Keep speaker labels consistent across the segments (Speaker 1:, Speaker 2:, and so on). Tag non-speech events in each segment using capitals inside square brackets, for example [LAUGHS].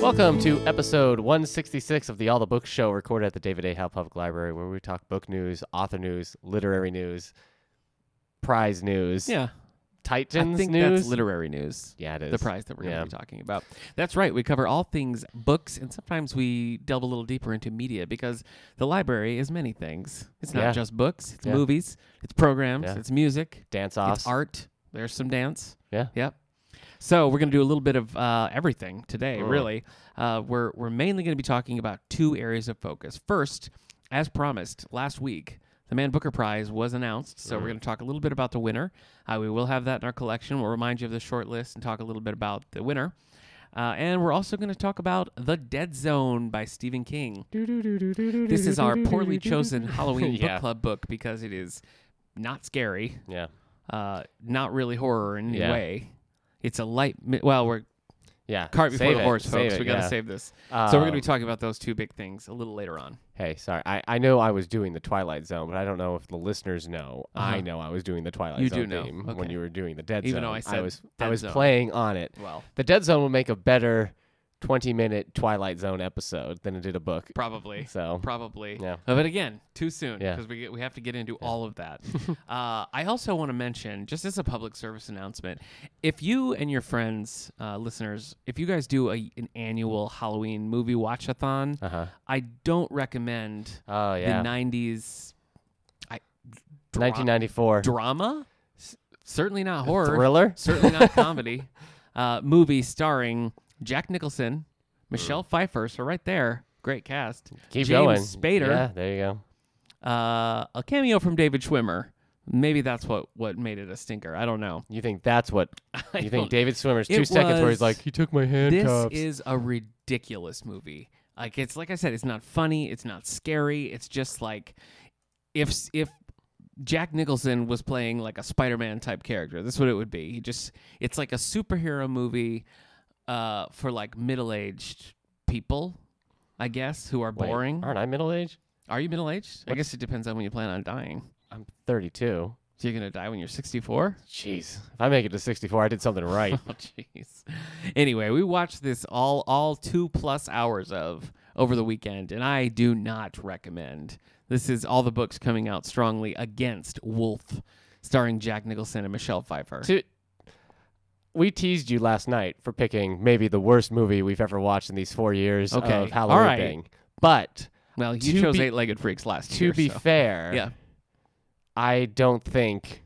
Speaker 1: Welcome to episode 166 of the All the Books Show, recorded at the David A. Howe Public Library, where we talk book news, author news, literary news, prize news,
Speaker 2: Yeah,
Speaker 1: Titans
Speaker 2: I think
Speaker 1: news.
Speaker 2: that's literary news.
Speaker 1: yeah, it is.
Speaker 2: The prize that we're going to
Speaker 1: Yeah.
Speaker 2: be talking about. That's right. We cover all things books, and sometimes we delve a little deeper into media because the library is many things. It's not
Speaker 1: Yeah.
Speaker 2: just books. It's
Speaker 1: Yeah.
Speaker 2: movies. It's programs.
Speaker 1: Yeah.
Speaker 2: It's music.
Speaker 1: Dance offs.
Speaker 2: It's art. There's some dance.
Speaker 1: Yeah.
Speaker 2: Yep. So we're going to do a little bit of uh, everything today.
Speaker 1: Mm.
Speaker 2: Really, uh, we're we're mainly going to be talking about two areas of focus. First, as promised last week, the Man Booker Prize was announced. So
Speaker 1: Mm.
Speaker 2: we're going to talk a little bit about the winner. Uh, we will have that in our collection. We'll remind you of the short list and talk a little bit about the winner. Uh, and we're also going to talk about The Dead Zone by Stephen King. This is our
Speaker 1: [LAUGHS]
Speaker 2: poorly chosen Halloween
Speaker 1: Yeah.
Speaker 2: book club book because it is not scary
Speaker 1: Yeah.
Speaker 2: uh, not really horror in any
Speaker 1: Yeah.
Speaker 2: way. It's a light. Mi- well, we're
Speaker 1: Yeah.
Speaker 2: cart before
Speaker 1: Save
Speaker 2: the
Speaker 1: it,
Speaker 2: horse,
Speaker 1: save
Speaker 2: folks.
Speaker 1: it,
Speaker 2: we gotta
Speaker 1: yeah.
Speaker 2: save this. so we're gonna be
Speaker 1: Um,
Speaker 2: talking about those two big things a little later on.
Speaker 1: Hey, sorry. I, I know I was doing the Twilight Zone, but I don't know if the listeners know. I
Speaker 2: Uh-huh.
Speaker 1: know I was doing the Twilight
Speaker 2: You
Speaker 1: Zone
Speaker 2: do know.
Speaker 1: theme when
Speaker 2: Okay.
Speaker 1: you were doing the Dead
Speaker 2: Even
Speaker 1: Zone.
Speaker 2: though I said
Speaker 1: was I
Speaker 2: Dead
Speaker 1: was
Speaker 2: Zone.
Speaker 1: playing on it.
Speaker 2: Well,
Speaker 1: The Dead Zone will make a better 20 minute Twilight Zone episode than it did a book.
Speaker 2: probably,
Speaker 1: So,
Speaker 2: probably.
Speaker 1: yeah.
Speaker 2: Uh, But again, too soon
Speaker 1: Yeah.
Speaker 2: because we get, we have to get into all
Speaker 1: [LAUGHS]
Speaker 2: of that. uh, I also want to mention, just as a public service announcement, if you and your friends, uh, listeners, if you guys do a, an annual Halloween movie watchathon,
Speaker 1: Uh huh.
Speaker 2: I don't recommend
Speaker 1: Oh,
Speaker 2: uh-huh. the
Speaker 1: yeah.
Speaker 2: '90s. I, dra-
Speaker 1: 1994.
Speaker 2: drama, S- certainly not horror,
Speaker 1: Thriller?
Speaker 2: certainly
Speaker 1: [LAUGHS]
Speaker 2: not comedy. Uh, movie starring Jack Nicholson, Michelle Pfeiffer, so right there, great cast.
Speaker 1: Keep
Speaker 2: James
Speaker 1: going.
Speaker 2: Spader,
Speaker 1: Yeah, there you go.
Speaker 2: uh, a cameo from David Schwimmer. Maybe that's what what made it a stinker. I don't know. [LAUGHS]
Speaker 1: You think that's what. You
Speaker 2: don't-
Speaker 1: think David Swimmer's two
Speaker 2: It
Speaker 1: seconds where
Speaker 2: was-
Speaker 1: he's like, he took my
Speaker 2: This
Speaker 1: handcuffs.
Speaker 2: is a ridiculous movie. Like it's like I said, it's not funny, it's not scary. It's just like if if Jack Nicholson was playing like a Spider-Man type character, that's what it would be. He just it's like a superhero movie uh, for like middle-aged people, I guess, who are
Speaker 1: Wait,
Speaker 2: boring.
Speaker 1: aren't I middle aged?
Speaker 2: Are you middle-aged? I guess it depends on when you plan on dying.
Speaker 1: I'm 32.
Speaker 2: So you're gonna die when you're 64.
Speaker 1: Jeez. If I make it to 64, I did something
Speaker 2: [LAUGHS]
Speaker 1: right.
Speaker 2: Oh jeez. Anyway, we watched this all all two plus hours of over the weekend, and I do not recommend. This is all the books coming out strongly against Wolf, starring Jack Nicholson and Michelle Pfeiffer.
Speaker 1: to we teased you last night for picking maybe the worst movie we've ever watched in these four years
Speaker 2: Okay, all
Speaker 1: of Halloween
Speaker 2: right.
Speaker 1: thing. But
Speaker 2: well, you
Speaker 1: to
Speaker 2: chose
Speaker 1: be-
Speaker 2: Eight Legged Freaks last
Speaker 1: to
Speaker 2: year.
Speaker 1: be
Speaker 2: so-
Speaker 1: fair,
Speaker 2: yeah,
Speaker 1: I don't think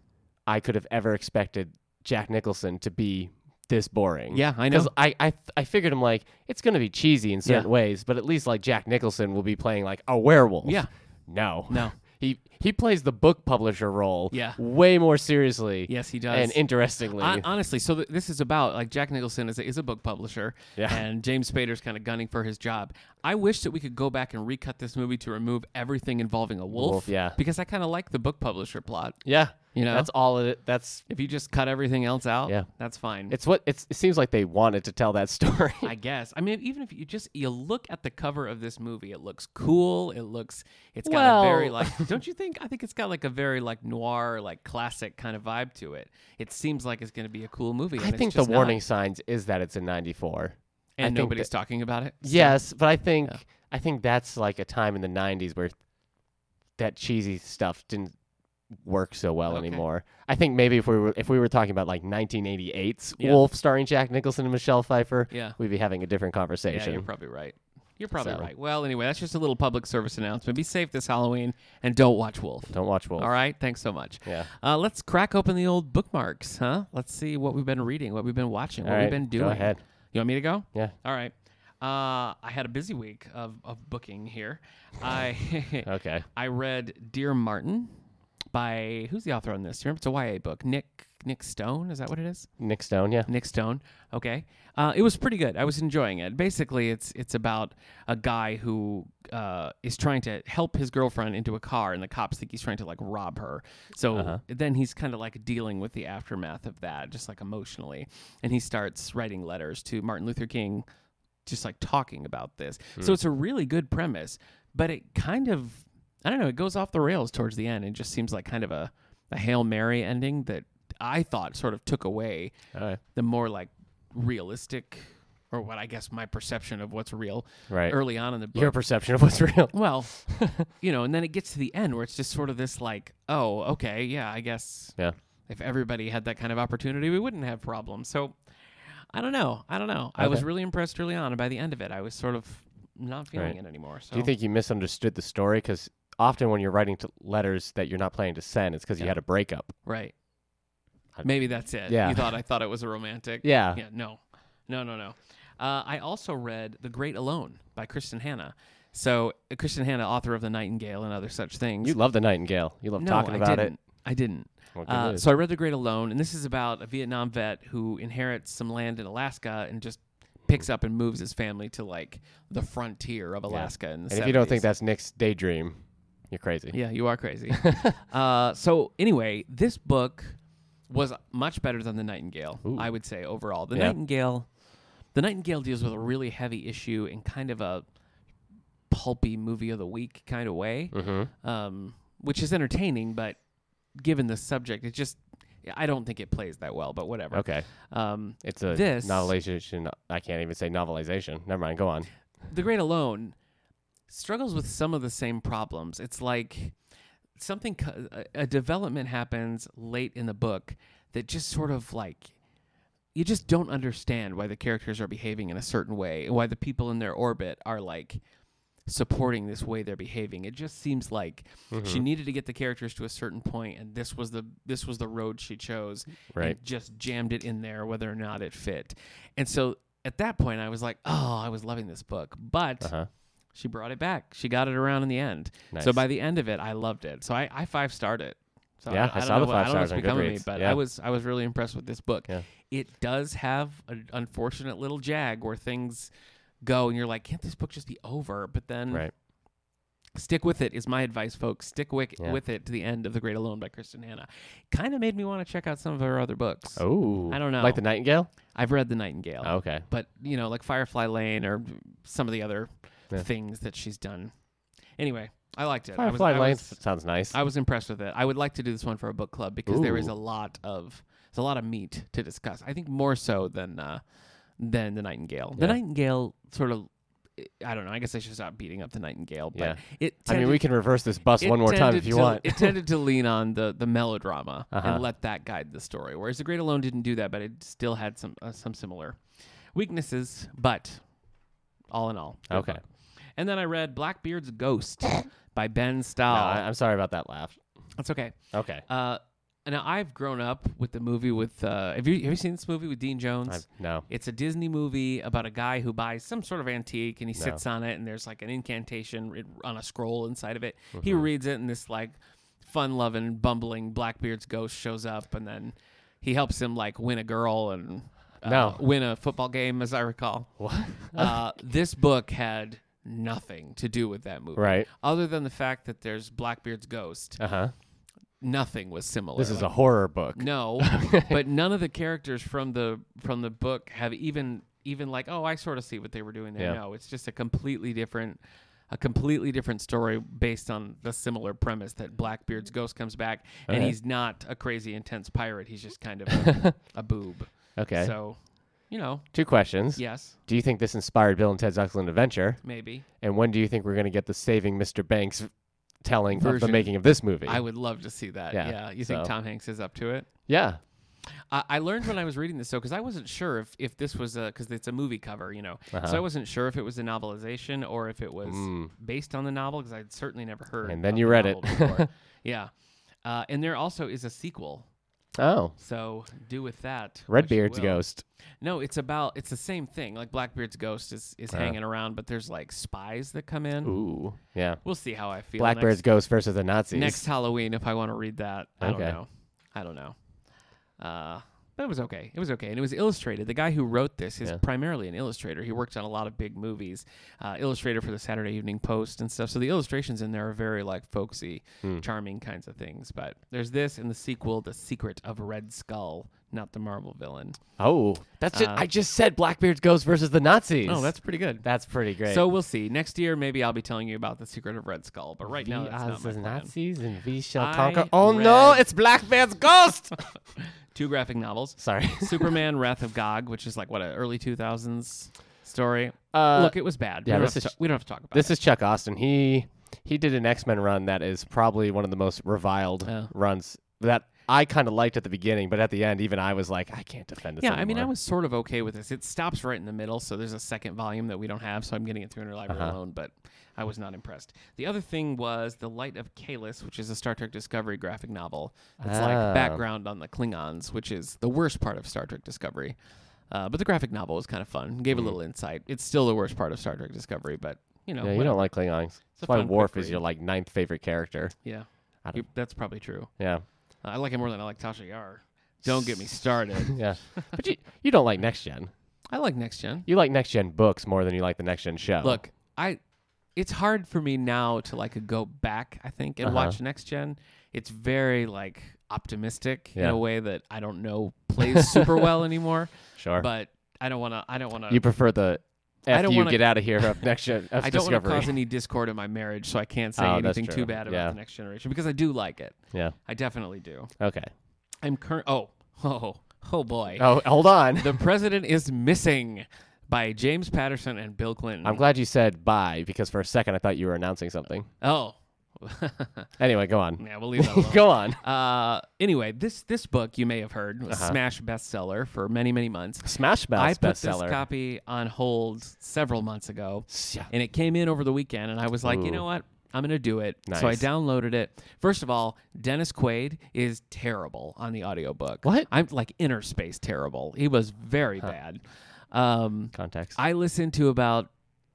Speaker 1: I could have ever expected Jack Nicholson to be this boring.
Speaker 2: yeah, I
Speaker 1: Because
Speaker 2: know.
Speaker 1: I, I I figured I'm like it's gonna be cheesy in certain
Speaker 2: Yeah.
Speaker 1: ways, but at least like Jack Nicholson will be playing like a werewolf.
Speaker 2: Yeah,
Speaker 1: No.
Speaker 2: no,
Speaker 1: [LAUGHS] He he plays the book publisher role.
Speaker 2: Yeah.
Speaker 1: Way more seriously.
Speaker 2: yes, he does.
Speaker 1: And interestingly.
Speaker 2: Hon- honestly, so th- this is about like Jack Nicholson is a, is a book publisher,
Speaker 1: Yeah.
Speaker 2: and James Spader's kind of gunning for his job. I wish that we could go back and recut this movie to remove everything involving a wolf,
Speaker 1: Wolf, yeah.
Speaker 2: because I kind of like the book publisher plot.
Speaker 1: yeah.
Speaker 2: You know,
Speaker 1: That's all of it. That's
Speaker 2: if you just cut everything else out,
Speaker 1: Yeah.
Speaker 2: that's fine.
Speaker 1: it's what it's, it seems like they wanted to tell that [LAUGHS] story.
Speaker 2: I guess. I mean, even if you just you look at the cover of this movie, it looks cool. It looks. It's got a very
Speaker 1: Well-
Speaker 2: like. [LAUGHS] Don't you think? I think it's got like a very like noir, like classic kind of vibe to it. It seems like it's going to be a cool movie.
Speaker 1: I
Speaker 2: and it's
Speaker 1: think the
Speaker 2: just not.
Speaker 1: warning signs is that it's in '94. I
Speaker 2: and
Speaker 1: think
Speaker 2: nobody's talking about it. so-
Speaker 1: Yes, but I think
Speaker 2: Yeah.
Speaker 1: I think that's like a time in the '90s where that cheesy stuff didn't work so well
Speaker 2: Okay.
Speaker 1: anymore. I think maybe if we were if we were talking about like 1988's
Speaker 2: Yeah.
Speaker 1: Wolf starring Jack Nicholson and Michelle Pfeiffer,
Speaker 2: Yeah.
Speaker 1: we'd be having a different
Speaker 2: Yeah, you're
Speaker 1: conversation.
Speaker 2: probably right. You're probably
Speaker 1: So-
Speaker 2: right. Well, anyway, that's just a little public service announcement. Be safe this Halloween and don't watch Wolf.
Speaker 1: Don't watch Wolf.
Speaker 2: All right. Thanks so much.
Speaker 1: Yeah.
Speaker 2: Uh, let's crack open the old bookmarks, huh? Let's see what we've been reading, what we've been watching, what
Speaker 1: All
Speaker 2: we've
Speaker 1: right,
Speaker 2: been
Speaker 1: go
Speaker 2: doing.
Speaker 1: ahead.
Speaker 2: You want me to go?
Speaker 1: Yeah.
Speaker 2: All right. Uh, I had a busy week of, of booking here. I [LAUGHS]
Speaker 1: Okay.
Speaker 2: I read Dear Martin by who's the author on this? Do you remember? It's a YA book. Nick Nick Stone. Is that what it is?
Speaker 1: Nick Stone.
Speaker 2: [LAUGHS]
Speaker 1: Yeah.
Speaker 2: Nick Stone. Okay, uh, it was pretty good. I was enjoying it. Basically, it's it's about a guy who uh, is trying to help his girlfriend into a car, and the cops think he's trying to like rob her. So then he's kind of like dealing with the aftermath of that, just like emotionally, and he starts writing letters to Martin Luther King, just like talking about this. So it's a really good premise, but it kind of I don't know. It goes off the rails towards the end, and just seems like kind of a a hail mary ending that. I thought sort of took away
Speaker 1: All right.
Speaker 2: the more like realistic or what I guess my perception of what's real
Speaker 1: Right.
Speaker 2: early on in the book.
Speaker 1: Your perception of what's
Speaker 2: [LAUGHS]
Speaker 1: real.
Speaker 2: Well, you know, and then it gets to the end where it's just sort of this like, oh, okay, yeah, I guess
Speaker 1: Yeah.
Speaker 2: if everybody had that kind of opportunity, we wouldn't have problems. So I don't know. I don't know. I was
Speaker 1: Okay.
Speaker 2: really impressed early on, and by the end of it, I was sort of not feeling
Speaker 1: Right.
Speaker 2: it anymore. So
Speaker 1: Do you think you misunderstood the story? Because often when you're writing to letters that you're not planning to send, it's because you
Speaker 2: Yeah.
Speaker 1: had a breakup.
Speaker 2: right?
Speaker 1: I-
Speaker 2: Maybe that's it.
Speaker 1: Yeah.
Speaker 2: You thought I thought it was a romantic.
Speaker 1: [LAUGHS] Yeah.
Speaker 2: Yeah. No. No. No. No. Uh, I also read *The Great Alone* by Kristen Hanna. So uh, Kristen Hanna, author of *The Nightingale* and other such things.
Speaker 1: You love the Nightingale. You love
Speaker 2: no,
Speaker 1: talking
Speaker 2: I
Speaker 1: about
Speaker 2: didn't. I didn't.
Speaker 1: it. Well, good
Speaker 2: Uh,
Speaker 1: news.
Speaker 2: so I read The Great Alone, and this is about a Vietnam vet who inherits some land in Alaska and just picks up and moves his family to like the frontier of Alaska. In the
Speaker 1: and if you don't think
Speaker 2: 70s.
Speaker 1: that's Nick's daydream, you're crazy.
Speaker 2: yeah, you
Speaker 1: [LAUGHS]
Speaker 2: are crazy. uh, so anyway, this book was much better than The Nightingale,
Speaker 1: Ooh.
Speaker 2: I would say overall. The
Speaker 1: Yeah.
Speaker 2: Nightingale, The Nightingale deals with a really heavy issue in kind of a pulpy movie of the week kind of way
Speaker 1: hmm
Speaker 2: um, which is entertaining, but given the subject, it just I don't think it plays that well. But whatever.
Speaker 1: Okay.
Speaker 2: Um,
Speaker 1: It's a
Speaker 2: This-
Speaker 1: novelization. I can't even say novelization. Never mind. Go on.
Speaker 2: the Great Alone struggles with some of the same problems. It's like something co- a- a development happens late in the book that just sort of like you just don't understand why the characters are behaving in a certain way and why the people in their orbit are like supporting this way they're behaving. It just seems like she needed to get the characters to a certain point and this was the this was the road she chose
Speaker 1: Right.
Speaker 2: and just jammed it in there whether or not it fit. And so at that point I was like, "Oh, I was loving this book." But
Speaker 1: Uh huh.
Speaker 2: she brought it back. She got it around in the end.
Speaker 1: Nice.
Speaker 2: So by the end of it, I loved it. So I, I five starred it. So
Speaker 1: Yeah,
Speaker 2: I,
Speaker 1: I
Speaker 2: don't
Speaker 1: saw
Speaker 2: know
Speaker 1: the
Speaker 2: what- I don't know
Speaker 1: five
Speaker 2: what's
Speaker 1: stars on
Speaker 2: become of me,
Speaker 1: Goodreads.
Speaker 2: but
Speaker 1: Yeah.
Speaker 2: I was I was really impressed with this book.
Speaker 1: Yeah.
Speaker 2: It does have an unfortunate little jag where things go and you're like, can't this book just be over? But then
Speaker 1: Right.
Speaker 2: stick with it is my advice, folks. Stick with,
Speaker 1: Yeah.
Speaker 2: with it to the end of The Great Alone by Kristen Hanna. Kind of made me want to check out some of her other books.
Speaker 1: Oh.
Speaker 2: I don't know.
Speaker 1: Like the Nightingale?
Speaker 2: I've read The Nightingale,
Speaker 1: Oh, okay.
Speaker 2: but you know, like Firefly Lane or some of the other
Speaker 1: Yeah.
Speaker 2: things that she's done. Anyway, I liked it. I was-
Speaker 1: Firefly
Speaker 2: I
Speaker 1: Lane
Speaker 2: was-
Speaker 1: sounds nice.
Speaker 2: I was impressed with it. I would like to do this one for a book club because there is
Speaker 1: Ooh.
Speaker 2: a lot of there's a lot of meat to discuss. I think more so than uh, than the Nightingale. The
Speaker 1: Yeah.
Speaker 2: Nightingale sort of I don't know. I guess I should stop beating up the Nightingale, but
Speaker 1: Yeah.
Speaker 2: it
Speaker 1: I
Speaker 2: tended,
Speaker 1: mean, we can reverse this bus
Speaker 2: it
Speaker 1: one more time
Speaker 2: tended
Speaker 1: if you
Speaker 2: to-
Speaker 1: want.
Speaker 2: it tended to lean on the the melodrama
Speaker 1: [LAUGHS] Uh-huh.
Speaker 2: and let that guide the story. Whereas The Great Alone didn't do that, but it still had some uh, some similar weaknesses. But all in all, good
Speaker 1: [LAUGHS] Okay.
Speaker 2: book. And then I read Blackbeard's
Speaker 1: [COUGHS]
Speaker 2: Ghost by Ben
Speaker 1: No,
Speaker 2: Stahl.
Speaker 1: I, I'm sorry about that laugh.
Speaker 2: That's okay.
Speaker 1: Okay.
Speaker 2: Uh, now I've grown up with the movie with uh, have you have you seen this movie with Dean Jones?
Speaker 1: I've, no.
Speaker 2: it's a Disney movie about a guy who buys some sort of antique and he
Speaker 1: No.
Speaker 2: sits on it and there's like an incantation writ- on a scroll inside of it. He
Speaker 1: Mm-hmm.
Speaker 2: reads it and this like fun-loving, bumbling Blackbeard's ghost shows up and then he helps him like win a girl and uh,
Speaker 1: No.
Speaker 2: win a football game as I recall.
Speaker 1: What?
Speaker 2: Uh, this book had nothing to do with that movie.
Speaker 1: Right.
Speaker 2: Other than the fact that there's Blackbeard's ghost,
Speaker 1: Uh huh.
Speaker 2: nothing was similar.
Speaker 1: This is
Speaker 2: Like,
Speaker 1: a horror book. [LAUGHS]
Speaker 2: no, but none of the characters from the from the book have even even like oh I sort of see what they were doing there.
Speaker 1: Yeah.
Speaker 2: No, it's just a completely different a completely different story based on the similar premise that Blackbeard's ghost comes back and
Speaker 1: Okay.
Speaker 2: he's not a crazy intense pirate. He's just kind
Speaker 1: [LAUGHS]
Speaker 2: of a, a boob.
Speaker 1: Okay.
Speaker 2: So, you know,
Speaker 1: Two questions.
Speaker 2: yes,
Speaker 1: Do you think this inspired Bill and Ted's Excellent Adventure?
Speaker 2: maybe
Speaker 1: And when do you think we're going to get the Saving Mr. Banks telling of the
Speaker 2: Version.
Speaker 1: making of this movie?
Speaker 2: I would love to see that.
Speaker 1: Yeah,
Speaker 2: Yeah, you think
Speaker 1: so-
Speaker 2: Tom Hanks is up to it?
Speaker 1: yeah.
Speaker 2: I, I learned when I was reading this though, because I wasn't sure if if this was a because it's a movie cover, you know.
Speaker 1: Uh-huh.
Speaker 2: So I wasn't sure if it was a novelization or if it was
Speaker 1: Mm.
Speaker 2: based on the novel because I'd certainly never heard.
Speaker 1: And then
Speaker 2: of
Speaker 1: you
Speaker 2: the
Speaker 1: read it.
Speaker 2: novel
Speaker 1: [LAUGHS]
Speaker 2: before. yeah, uh, and there also is a sequel.
Speaker 1: Oh.
Speaker 2: So do with that. what you
Speaker 1: Redbeard's
Speaker 2: will.
Speaker 1: Ghost.
Speaker 2: No, it's about it's the same thing. Like Blackbeard's ghost is is
Speaker 1: Uh.
Speaker 2: hanging around, but there's like spies that come in.
Speaker 1: Ooh. Yeah.
Speaker 2: We'll see how I feel.
Speaker 1: Blackbeard's
Speaker 2: Mm. next,
Speaker 1: Ghost versus the Nazis.
Speaker 2: next Halloween if I want to read that. I
Speaker 1: Okay.
Speaker 2: don't know. I don't know. Uh, but it was okay. It was okay, and it was illustrated. The guy who wrote this is
Speaker 1: Yeah.
Speaker 2: primarily an illustrator. He worked on a lot of big movies, uh, illustrator for the Saturday Evening Post and stuff. So the illustrations in there are very like folksy,
Speaker 1: Hmm.
Speaker 2: charming kinds of things. But there's this and the sequel, The Secret of Red Skull, not the Marvel villain.
Speaker 1: Oh, that's just,
Speaker 2: Uh,
Speaker 1: I just said Blackbeard's Ghost versus the Nazis.
Speaker 2: Oh, that's pretty good.
Speaker 1: that's pretty great.
Speaker 2: So we'll see. Next year, maybe I'll be telling you about The Secret of Red Skull. But right now,
Speaker 1: we
Speaker 2: that's
Speaker 1: are
Speaker 2: not my
Speaker 1: the
Speaker 2: plan.
Speaker 1: Nazis and we shall
Speaker 2: I
Speaker 1: conquer. Oh no,
Speaker 2: read-
Speaker 1: it's Blackbeard's
Speaker 2: [LAUGHS]
Speaker 1: Ghost.
Speaker 2: Two graphic novels.
Speaker 1: Sorry.
Speaker 2: Superman Wrath of Gog, which is like what a early 2000s story.
Speaker 1: Uh,
Speaker 2: Look, it was bad.
Speaker 1: yeah,
Speaker 2: we, don't
Speaker 1: this
Speaker 2: have to
Speaker 1: is-
Speaker 2: ta- we don't have to talk about
Speaker 1: this is Chuck Austin. He he did an X Men run that is probably one of the most reviled
Speaker 2: Oh.
Speaker 1: runs that I kind of liked at the beginning, but at the end, even I was like, I can't defend this.
Speaker 2: Yeah, I mean, I
Speaker 1: anymore.
Speaker 2: was sort of okay with this. It stops right in the middle, so there's a second volume that we don't have, so I'm getting it through interlibrary
Speaker 1: Uh-huh.
Speaker 2: loan, but I was not impressed. The other thing was The Light of Kalis, which is a Star Trek Discovery graphic novel. It's
Speaker 1: Ah.
Speaker 2: like background on the Klingons, which is the worst part of Star Trek Discovery. Uh, but the graphic novel was kind of fun, gave a
Speaker 1: Mm.
Speaker 2: little insight. It's still the worst part of Star Trek Discovery, but you know,
Speaker 1: Yeah, you
Speaker 2: whatever.
Speaker 1: don't like Klingons.
Speaker 2: a
Speaker 1: That's why
Speaker 2: fun
Speaker 1: Worf
Speaker 2: quick
Speaker 1: is
Speaker 2: read.
Speaker 1: your like ninth favorite character.
Speaker 2: yeah,
Speaker 1: I don't-
Speaker 2: You- that's probably true. [LAUGHS]
Speaker 1: Yeah,
Speaker 2: Uh, I like it more than I like Tasha Yar. Don't get me started.
Speaker 1: yeah. but you you don't like Next Gen.
Speaker 2: [LAUGHS] I like Next Gen.
Speaker 1: You like Next Gen books more than you like the Next Gen show.
Speaker 2: Look, I it's hard for me now to like go back, I think, and
Speaker 1: Uh-huh.
Speaker 2: watch next gen. It's very like optimistic in
Speaker 1: Yeah.
Speaker 2: a way that I don't know plays super
Speaker 1: [LAUGHS]
Speaker 2: well anymore.
Speaker 1: sure.
Speaker 2: But I don't wanna I don't wanna
Speaker 1: you prefer the
Speaker 2: I
Speaker 1: after
Speaker 2: don't
Speaker 1: you
Speaker 2: wanna-
Speaker 1: get out of here of Next
Speaker 2: [LAUGHS]
Speaker 1: Gen of
Speaker 2: I don't
Speaker 1: Discovery.
Speaker 2: want to cause any discord in my marriage, so I can't say
Speaker 1: Oh, that's
Speaker 2: anything
Speaker 1: true.
Speaker 2: too bad about
Speaker 1: Yeah.
Speaker 2: the next generation because I do like it.
Speaker 1: yeah.
Speaker 2: I definitely do.
Speaker 1: Okay.
Speaker 2: I'm current. Oh, [LAUGHS] oh, oh boy.
Speaker 1: Oh, hold on.
Speaker 2: The President is Missing by James Patterson and Bill Clinton.
Speaker 1: I'm glad you said bye because for a second I thought you were announcing something.
Speaker 2: oh.
Speaker 1: Anyway, go on.
Speaker 2: yeah, we'll
Speaker 1: [LAUGHS]
Speaker 2: leave that alone.
Speaker 1: go on.
Speaker 2: Uh, anyway, this this book you may have heard was smash bestseller for many many months.
Speaker 1: Uh-huh. Smash Mouth
Speaker 2: I put
Speaker 1: bestseller.
Speaker 2: this copy on hold several months ago,
Speaker 1: Yeah.
Speaker 2: and it came in over the weekend, and I was like,
Speaker 1: Ooh.
Speaker 2: you know what? I'm gonna do it. So I
Speaker 1: Nice.
Speaker 2: downloaded it. First of all, Dennis Quaid is terrible on the audiobook.
Speaker 1: What?
Speaker 2: I'm like inner space terrible. He was very bad. Um,
Speaker 1: Context.
Speaker 2: I listened to about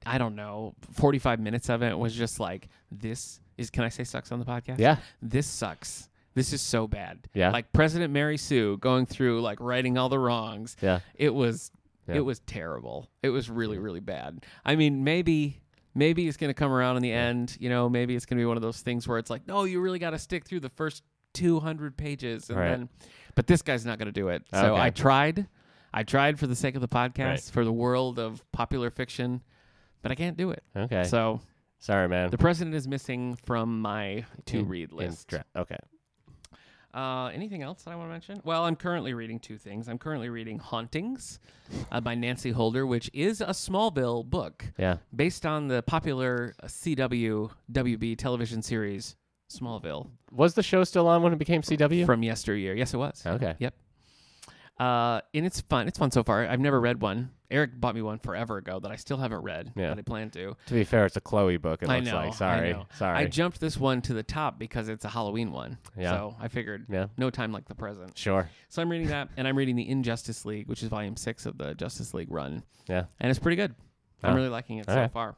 Speaker 2: I don't know 45 minutes of it. Was just like this is. Can I say sucks on the podcast?
Speaker 1: yeah.
Speaker 2: this sucks. This is so bad.
Speaker 1: Yeah.
Speaker 2: Like President Mary Sue going through like righting all the wrongs.
Speaker 1: Yeah.
Speaker 2: It was
Speaker 1: Yeah.
Speaker 2: it was terrible. It was really, really bad. I mean, maybe maybe it's gonna come around in the end, you know, maybe it's gonna be one of those things where it's like, no, you really gotta stick through the first two hundred pages and
Speaker 1: Right.
Speaker 2: then but this guy's not gonna do it. So
Speaker 1: Okay.
Speaker 2: I tried. I tried for the sake of the podcast,
Speaker 1: Right.
Speaker 2: for the world of popular fiction, but I can't do it.
Speaker 1: Okay.
Speaker 2: So
Speaker 1: Sorry, man.
Speaker 2: the president is missing from my to
Speaker 1: In-
Speaker 2: read
Speaker 1: in
Speaker 2: list.
Speaker 1: dra- okay.
Speaker 2: Uh, anything else that I want to mention? Well, I'm currently reading two things. I'm currently reading Hauntings uh, by Nancy Holder, which is a Smallville book
Speaker 1: Yeah.
Speaker 2: based on the popular uh, CW WB television series Smallville
Speaker 1: Was the show still on when it became CW?
Speaker 2: from yesteryear. Yes, it was.
Speaker 1: okay.
Speaker 2: Yep. Uh, and it's fun. It's fun so far. I've never read one. Eric bought me one forever ago that I still haven't read,
Speaker 1: Yeah.
Speaker 2: but I plan to.
Speaker 1: To be fair, it's a Chloe book. It
Speaker 2: I
Speaker 1: looks
Speaker 2: know, I
Speaker 1: like. Sorry.
Speaker 2: know.
Speaker 1: Sorry.
Speaker 2: I jumped this one to the top because it's a Halloween one.
Speaker 1: Yeah.
Speaker 2: So I figured
Speaker 1: yeah.
Speaker 2: no time like the present.
Speaker 1: Sure.
Speaker 2: So I'm reading that, and I'm reading the Injustice League, which is volume six of the Justice League run,
Speaker 1: Yeah.
Speaker 2: and it's pretty good.
Speaker 1: Oh.
Speaker 2: I'm really liking it
Speaker 1: All
Speaker 2: so
Speaker 1: right.
Speaker 2: far.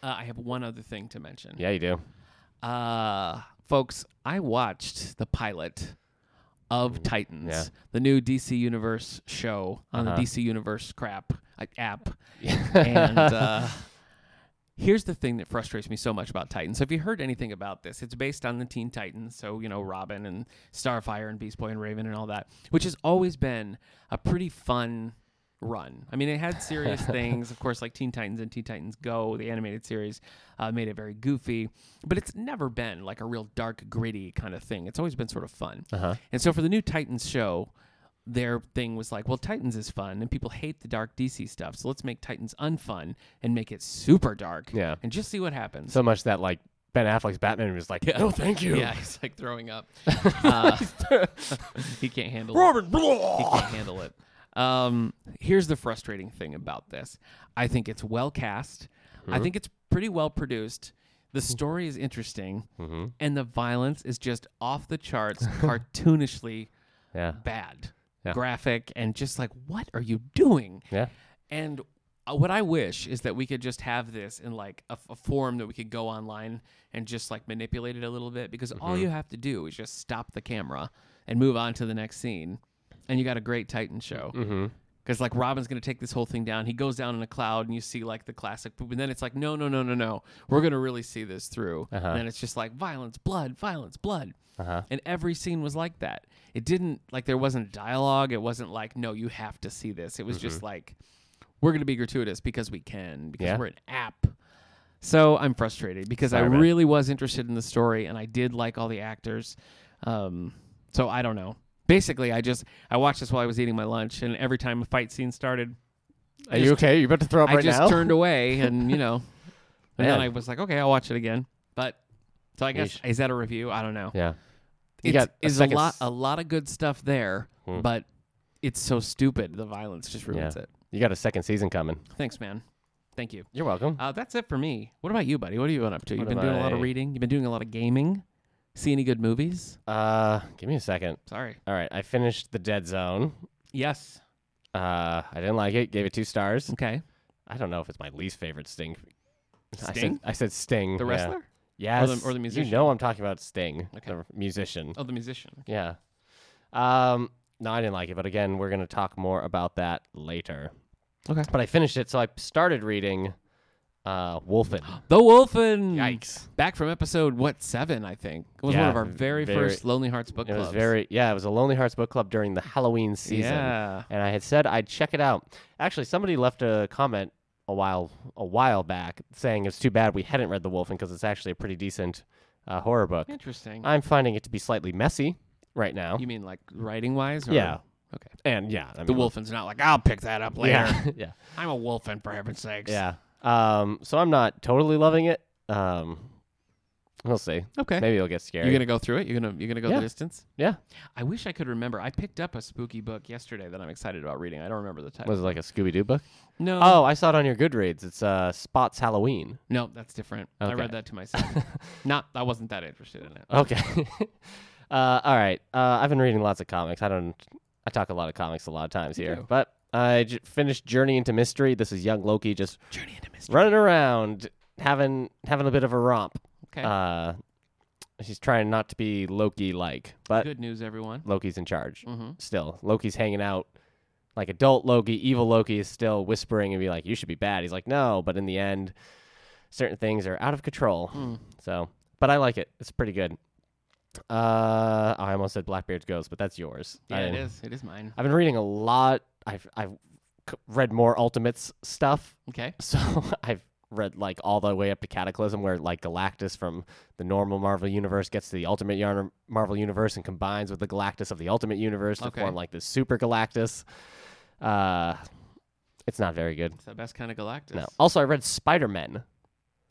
Speaker 2: Uh, I have one other thing to mention.
Speaker 1: Yeah, you do.
Speaker 2: Uh, folks, I watched the pilot of Titans,
Speaker 1: Mm. yeah.
Speaker 2: the new DC Universe show on
Speaker 1: Uh-huh.
Speaker 2: the DC Universe crap uh, app, and uh,
Speaker 1: [LAUGHS]
Speaker 2: here's the thing that frustrates me so much about Titans. So if you heard anything about this, it's based on the Teen Titans, so you know Robin and Starfire and Beast Boy and Raven and all that, which has always been a pretty fun run. I mean, it
Speaker 1: [LAUGHS]
Speaker 2: had serious things, of course, like Teen Titans and Teen Titans Go, the animated series, uh, made it very goofy, but it's never been like a real dark, gritty kind of thing. It's always been sort of fun.
Speaker 1: Uh-huh.
Speaker 2: And so for the new Titans show, their thing was like, well, Titans is fun, and people hate the dark DC stuff, so let's make Titans unfun and make it super dark,
Speaker 1: Yeah.
Speaker 2: and just see what happens.
Speaker 1: So much that like Ben Affleck's Batman was like, no, thank you.
Speaker 2: yeah, [LAUGHS] he's like
Speaker 1: [LAUGHS]
Speaker 2: throwing up. Uh, [LAUGHS] he can't handle it.
Speaker 1: Robin.
Speaker 2: he
Speaker 1: blah.
Speaker 2: can't handle it. Um, here's the frustrating thing about this. I think it's well cast.
Speaker 1: Mm-hmm.
Speaker 2: I think it's pretty well produced. The story is interesting,
Speaker 1: Mm-hmm.
Speaker 2: and the violence is just off the charts,
Speaker 1: [LAUGHS]
Speaker 2: cartoonishly
Speaker 1: Yeah.
Speaker 2: bad,
Speaker 1: Yeah.
Speaker 2: graphic, and just like, what are you doing?
Speaker 1: Yeah.
Speaker 2: And uh, what I wish is that we could just have this in like a, a form that we could go online and just like manipulate it a little bit because all
Speaker 1: Mm-hmm.
Speaker 2: you have to do is just stop the camera and move on to the next scene. And you got a great Titan show.
Speaker 1: Mm-hmm.
Speaker 2: Because like Robin's gonna take this whole thing down. He goes down in a cloud, and you see like the classic poop. And then it's like, no, no, no, no, no. We're gonna really see this through.
Speaker 1: Uh-huh.
Speaker 2: And then it's just like violence, blood, violence, blood.
Speaker 1: Uh-huh.
Speaker 2: And every scene was like that. It didn't like there wasn't dialogue. It wasn't like, no, you have to see this. It was just like, we're gonna be gratuitous because we can because
Speaker 1: Yeah.
Speaker 2: we're an app. So I'm frustrated because I
Speaker 1: Sorry, man.
Speaker 2: really was interested in the story and I did like all the actors. Um, so I don't know. Basically, I just I watched this while I was eating my lunch, and every time a fight scene started,
Speaker 1: Are you okay? You about to throw up
Speaker 2: I
Speaker 1: right
Speaker 2: just
Speaker 1: now? [LAUGHS]
Speaker 2: turned away, and you know, and
Speaker 1: Man.
Speaker 2: then I was like, okay, I'll watch it again. But so I guess
Speaker 1: Yeesh.
Speaker 2: is that a review? I don't know.
Speaker 1: yeah. You
Speaker 2: It
Speaker 1: got a
Speaker 2: is a
Speaker 1: second
Speaker 2: lot
Speaker 1: s-
Speaker 2: a lot of good stuff there,
Speaker 1: Hmm.
Speaker 2: but it's so stupid. The violence just ruins
Speaker 1: Yeah.
Speaker 2: it.
Speaker 1: You got a second season coming.
Speaker 2: Thanks, man. Thank you.
Speaker 1: You're welcome.
Speaker 2: Uh, that's it for me. What about you, buddy? What have you been up to? You've
Speaker 1: What
Speaker 2: been
Speaker 1: have
Speaker 2: doing a lot of
Speaker 1: I-
Speaker 2: reading. You've been doing a lot of gaming. See any good movies?
Speaker 1: Uh, give me a second.
Speaker 2: Sorry.
Speaker 1: All right, I finished The Dead Zone.
Speaker 2: Yes.
Speaker 1: Uh, I didn't like it. Gave it two stars.
Speaker 2: Okay.
Speaker 1: I don't know if it's my least favorite Sting. I said,
Speaker 2: Sting?
Speaker 1: I said Sting.
Speaker 2: The
Speaker 1: yeah.
Speaker 2: wrestler?
Speaker 1: Yes.
Speaker 2: or the musician?
Speaker 1: You know I'm talking about Sting,
Speaker 2: Okay.
Speaker 1: the musician.
Speaker 2: Oh, the musician.
Speaker 1: Yeah. Um, no, I didn't like it. But again, we're going to talk more about that later.
Speaker 2: Okay.
Speaker 1: But I finished it, so I started reading uh,
Speaker 2: [GASPS]
Speaker 1: Wolfen.
Speaker 2: The Wolfen.
Speaker 1: Yikes.
Speaker 2: Back from episode what seven, I think. It was one
Speaker 1: Yeah,
Speaker 2: of our very,
Speaker 1: very-
Speaker 2: first Lonely Hearts book
Speaker 1: It was
Speaker 2: clubs.
Speaker 1: very, yeah, it was a Lonely Hearts book club during the Halloween season.
Speaker 2: Yeah.
Speaker 1: and I had said I'd check it out. Actually, somebody left a comment a while a while back saying it's too bad we hadn't read The Wolfen because it's actually a pretty decent uh, horror book.
Speaker 2: Interesting.
Speaker 1: I'm finding it to be slightly messy right now.
Speaker 2: you mean like writing wise? Or?
Speaker 1: Yeah.
Speaker 2: Okay.
Speaker 1: and yeah, I
Speaker 2: The
Speaker 1: mean,
Speaker 2: Wolfen's not like I'll pick that up later.
Speaker 1: [LAUGHS] Yeah, [LAUGHS] yeah,
Speaker 2: I'm a Wolfen for heaven's sakes.
Speaker 1: yeah. Um, so I'm not totally loving it. Um, we'll see.
Speaker 2: Okay.
Speaker 1: Maybe it'll get scary.
Speaker 2: You're gonna go through it. You're gonna you're gonna go
Speaker 1: Yeah.
Speaker 2: the distance.
Speaker 1: Yeah.
Speaker 2: I wish I could remember. I picked up a spooky book yesterday that I'm excited about reading. I don't remember the title.
Speaker 1: Was it like a Scooby Doo book?
Speaker 2: no.
Speaker 1: Oh, I saw it on your Goodreads. It's uh, Spots Halloween.
Speaker 2: No, that's different. I
Speaker 1: Okay.
Speaker 2: read that to myself.
Speaker 1: [LAUGHS]
Speaker 2: Not I wasn't that interested in it.
Speaker 1: Okay. [LAUGHS] uh, all right. Uh, I've been reading lots of comics. I don't. I talk a lot of comics a lot of times
Speaker 2: You
Speaker 1: here,
Speaker 2: do.
Speaker 1: but I j- finished Journey into Mystery. This is young Loki just
Speaker 2: Journey into Mystery.
Speaker 1: running around, having having a bit of a romp.
Speaker 2: Okay.
Speaker 1: Uh, he's trying not to be Loki like, but
Speaker 2: Good news, everyone.
Speaker 1: Loki's in charge
Speaker 2: Mm-hmm.
Speaker 1: still. Loki's hanging out. Like adult Loki, evil Loki is still whispering and be like, "You should be bad." He's like, "No," but in the end, certain things are out of control.
Speaker 2: Hmm.
Speaker 1: So, but I like it. It's pretty good. Uh, I almost said Blackbeard's Ghost, but that's yours. I
Speaker 2: Yeah, it
Speaker 1: didn't-
Speaker 2: is. It is mine.
Speaker 1: I've been reading a lot. I've I've c- read more Ultimates stuff,
Speaker 2: Okay.
Speaker 1: so [LAUGHS] I've read like all the way up to Cataclysm, where like Galactus from the normal Marvel universe gets to the Ultimate Yarn Marvel universe and combines with the Galactus of the Ultimate universe to
Speaker 2: Okay.
Speaker 1: form like this Super Galactus. Uh, it's not very good.
Speaker 2: It's the best kind of Galactus.
Speaker 1: No. Also, I read Spider Men.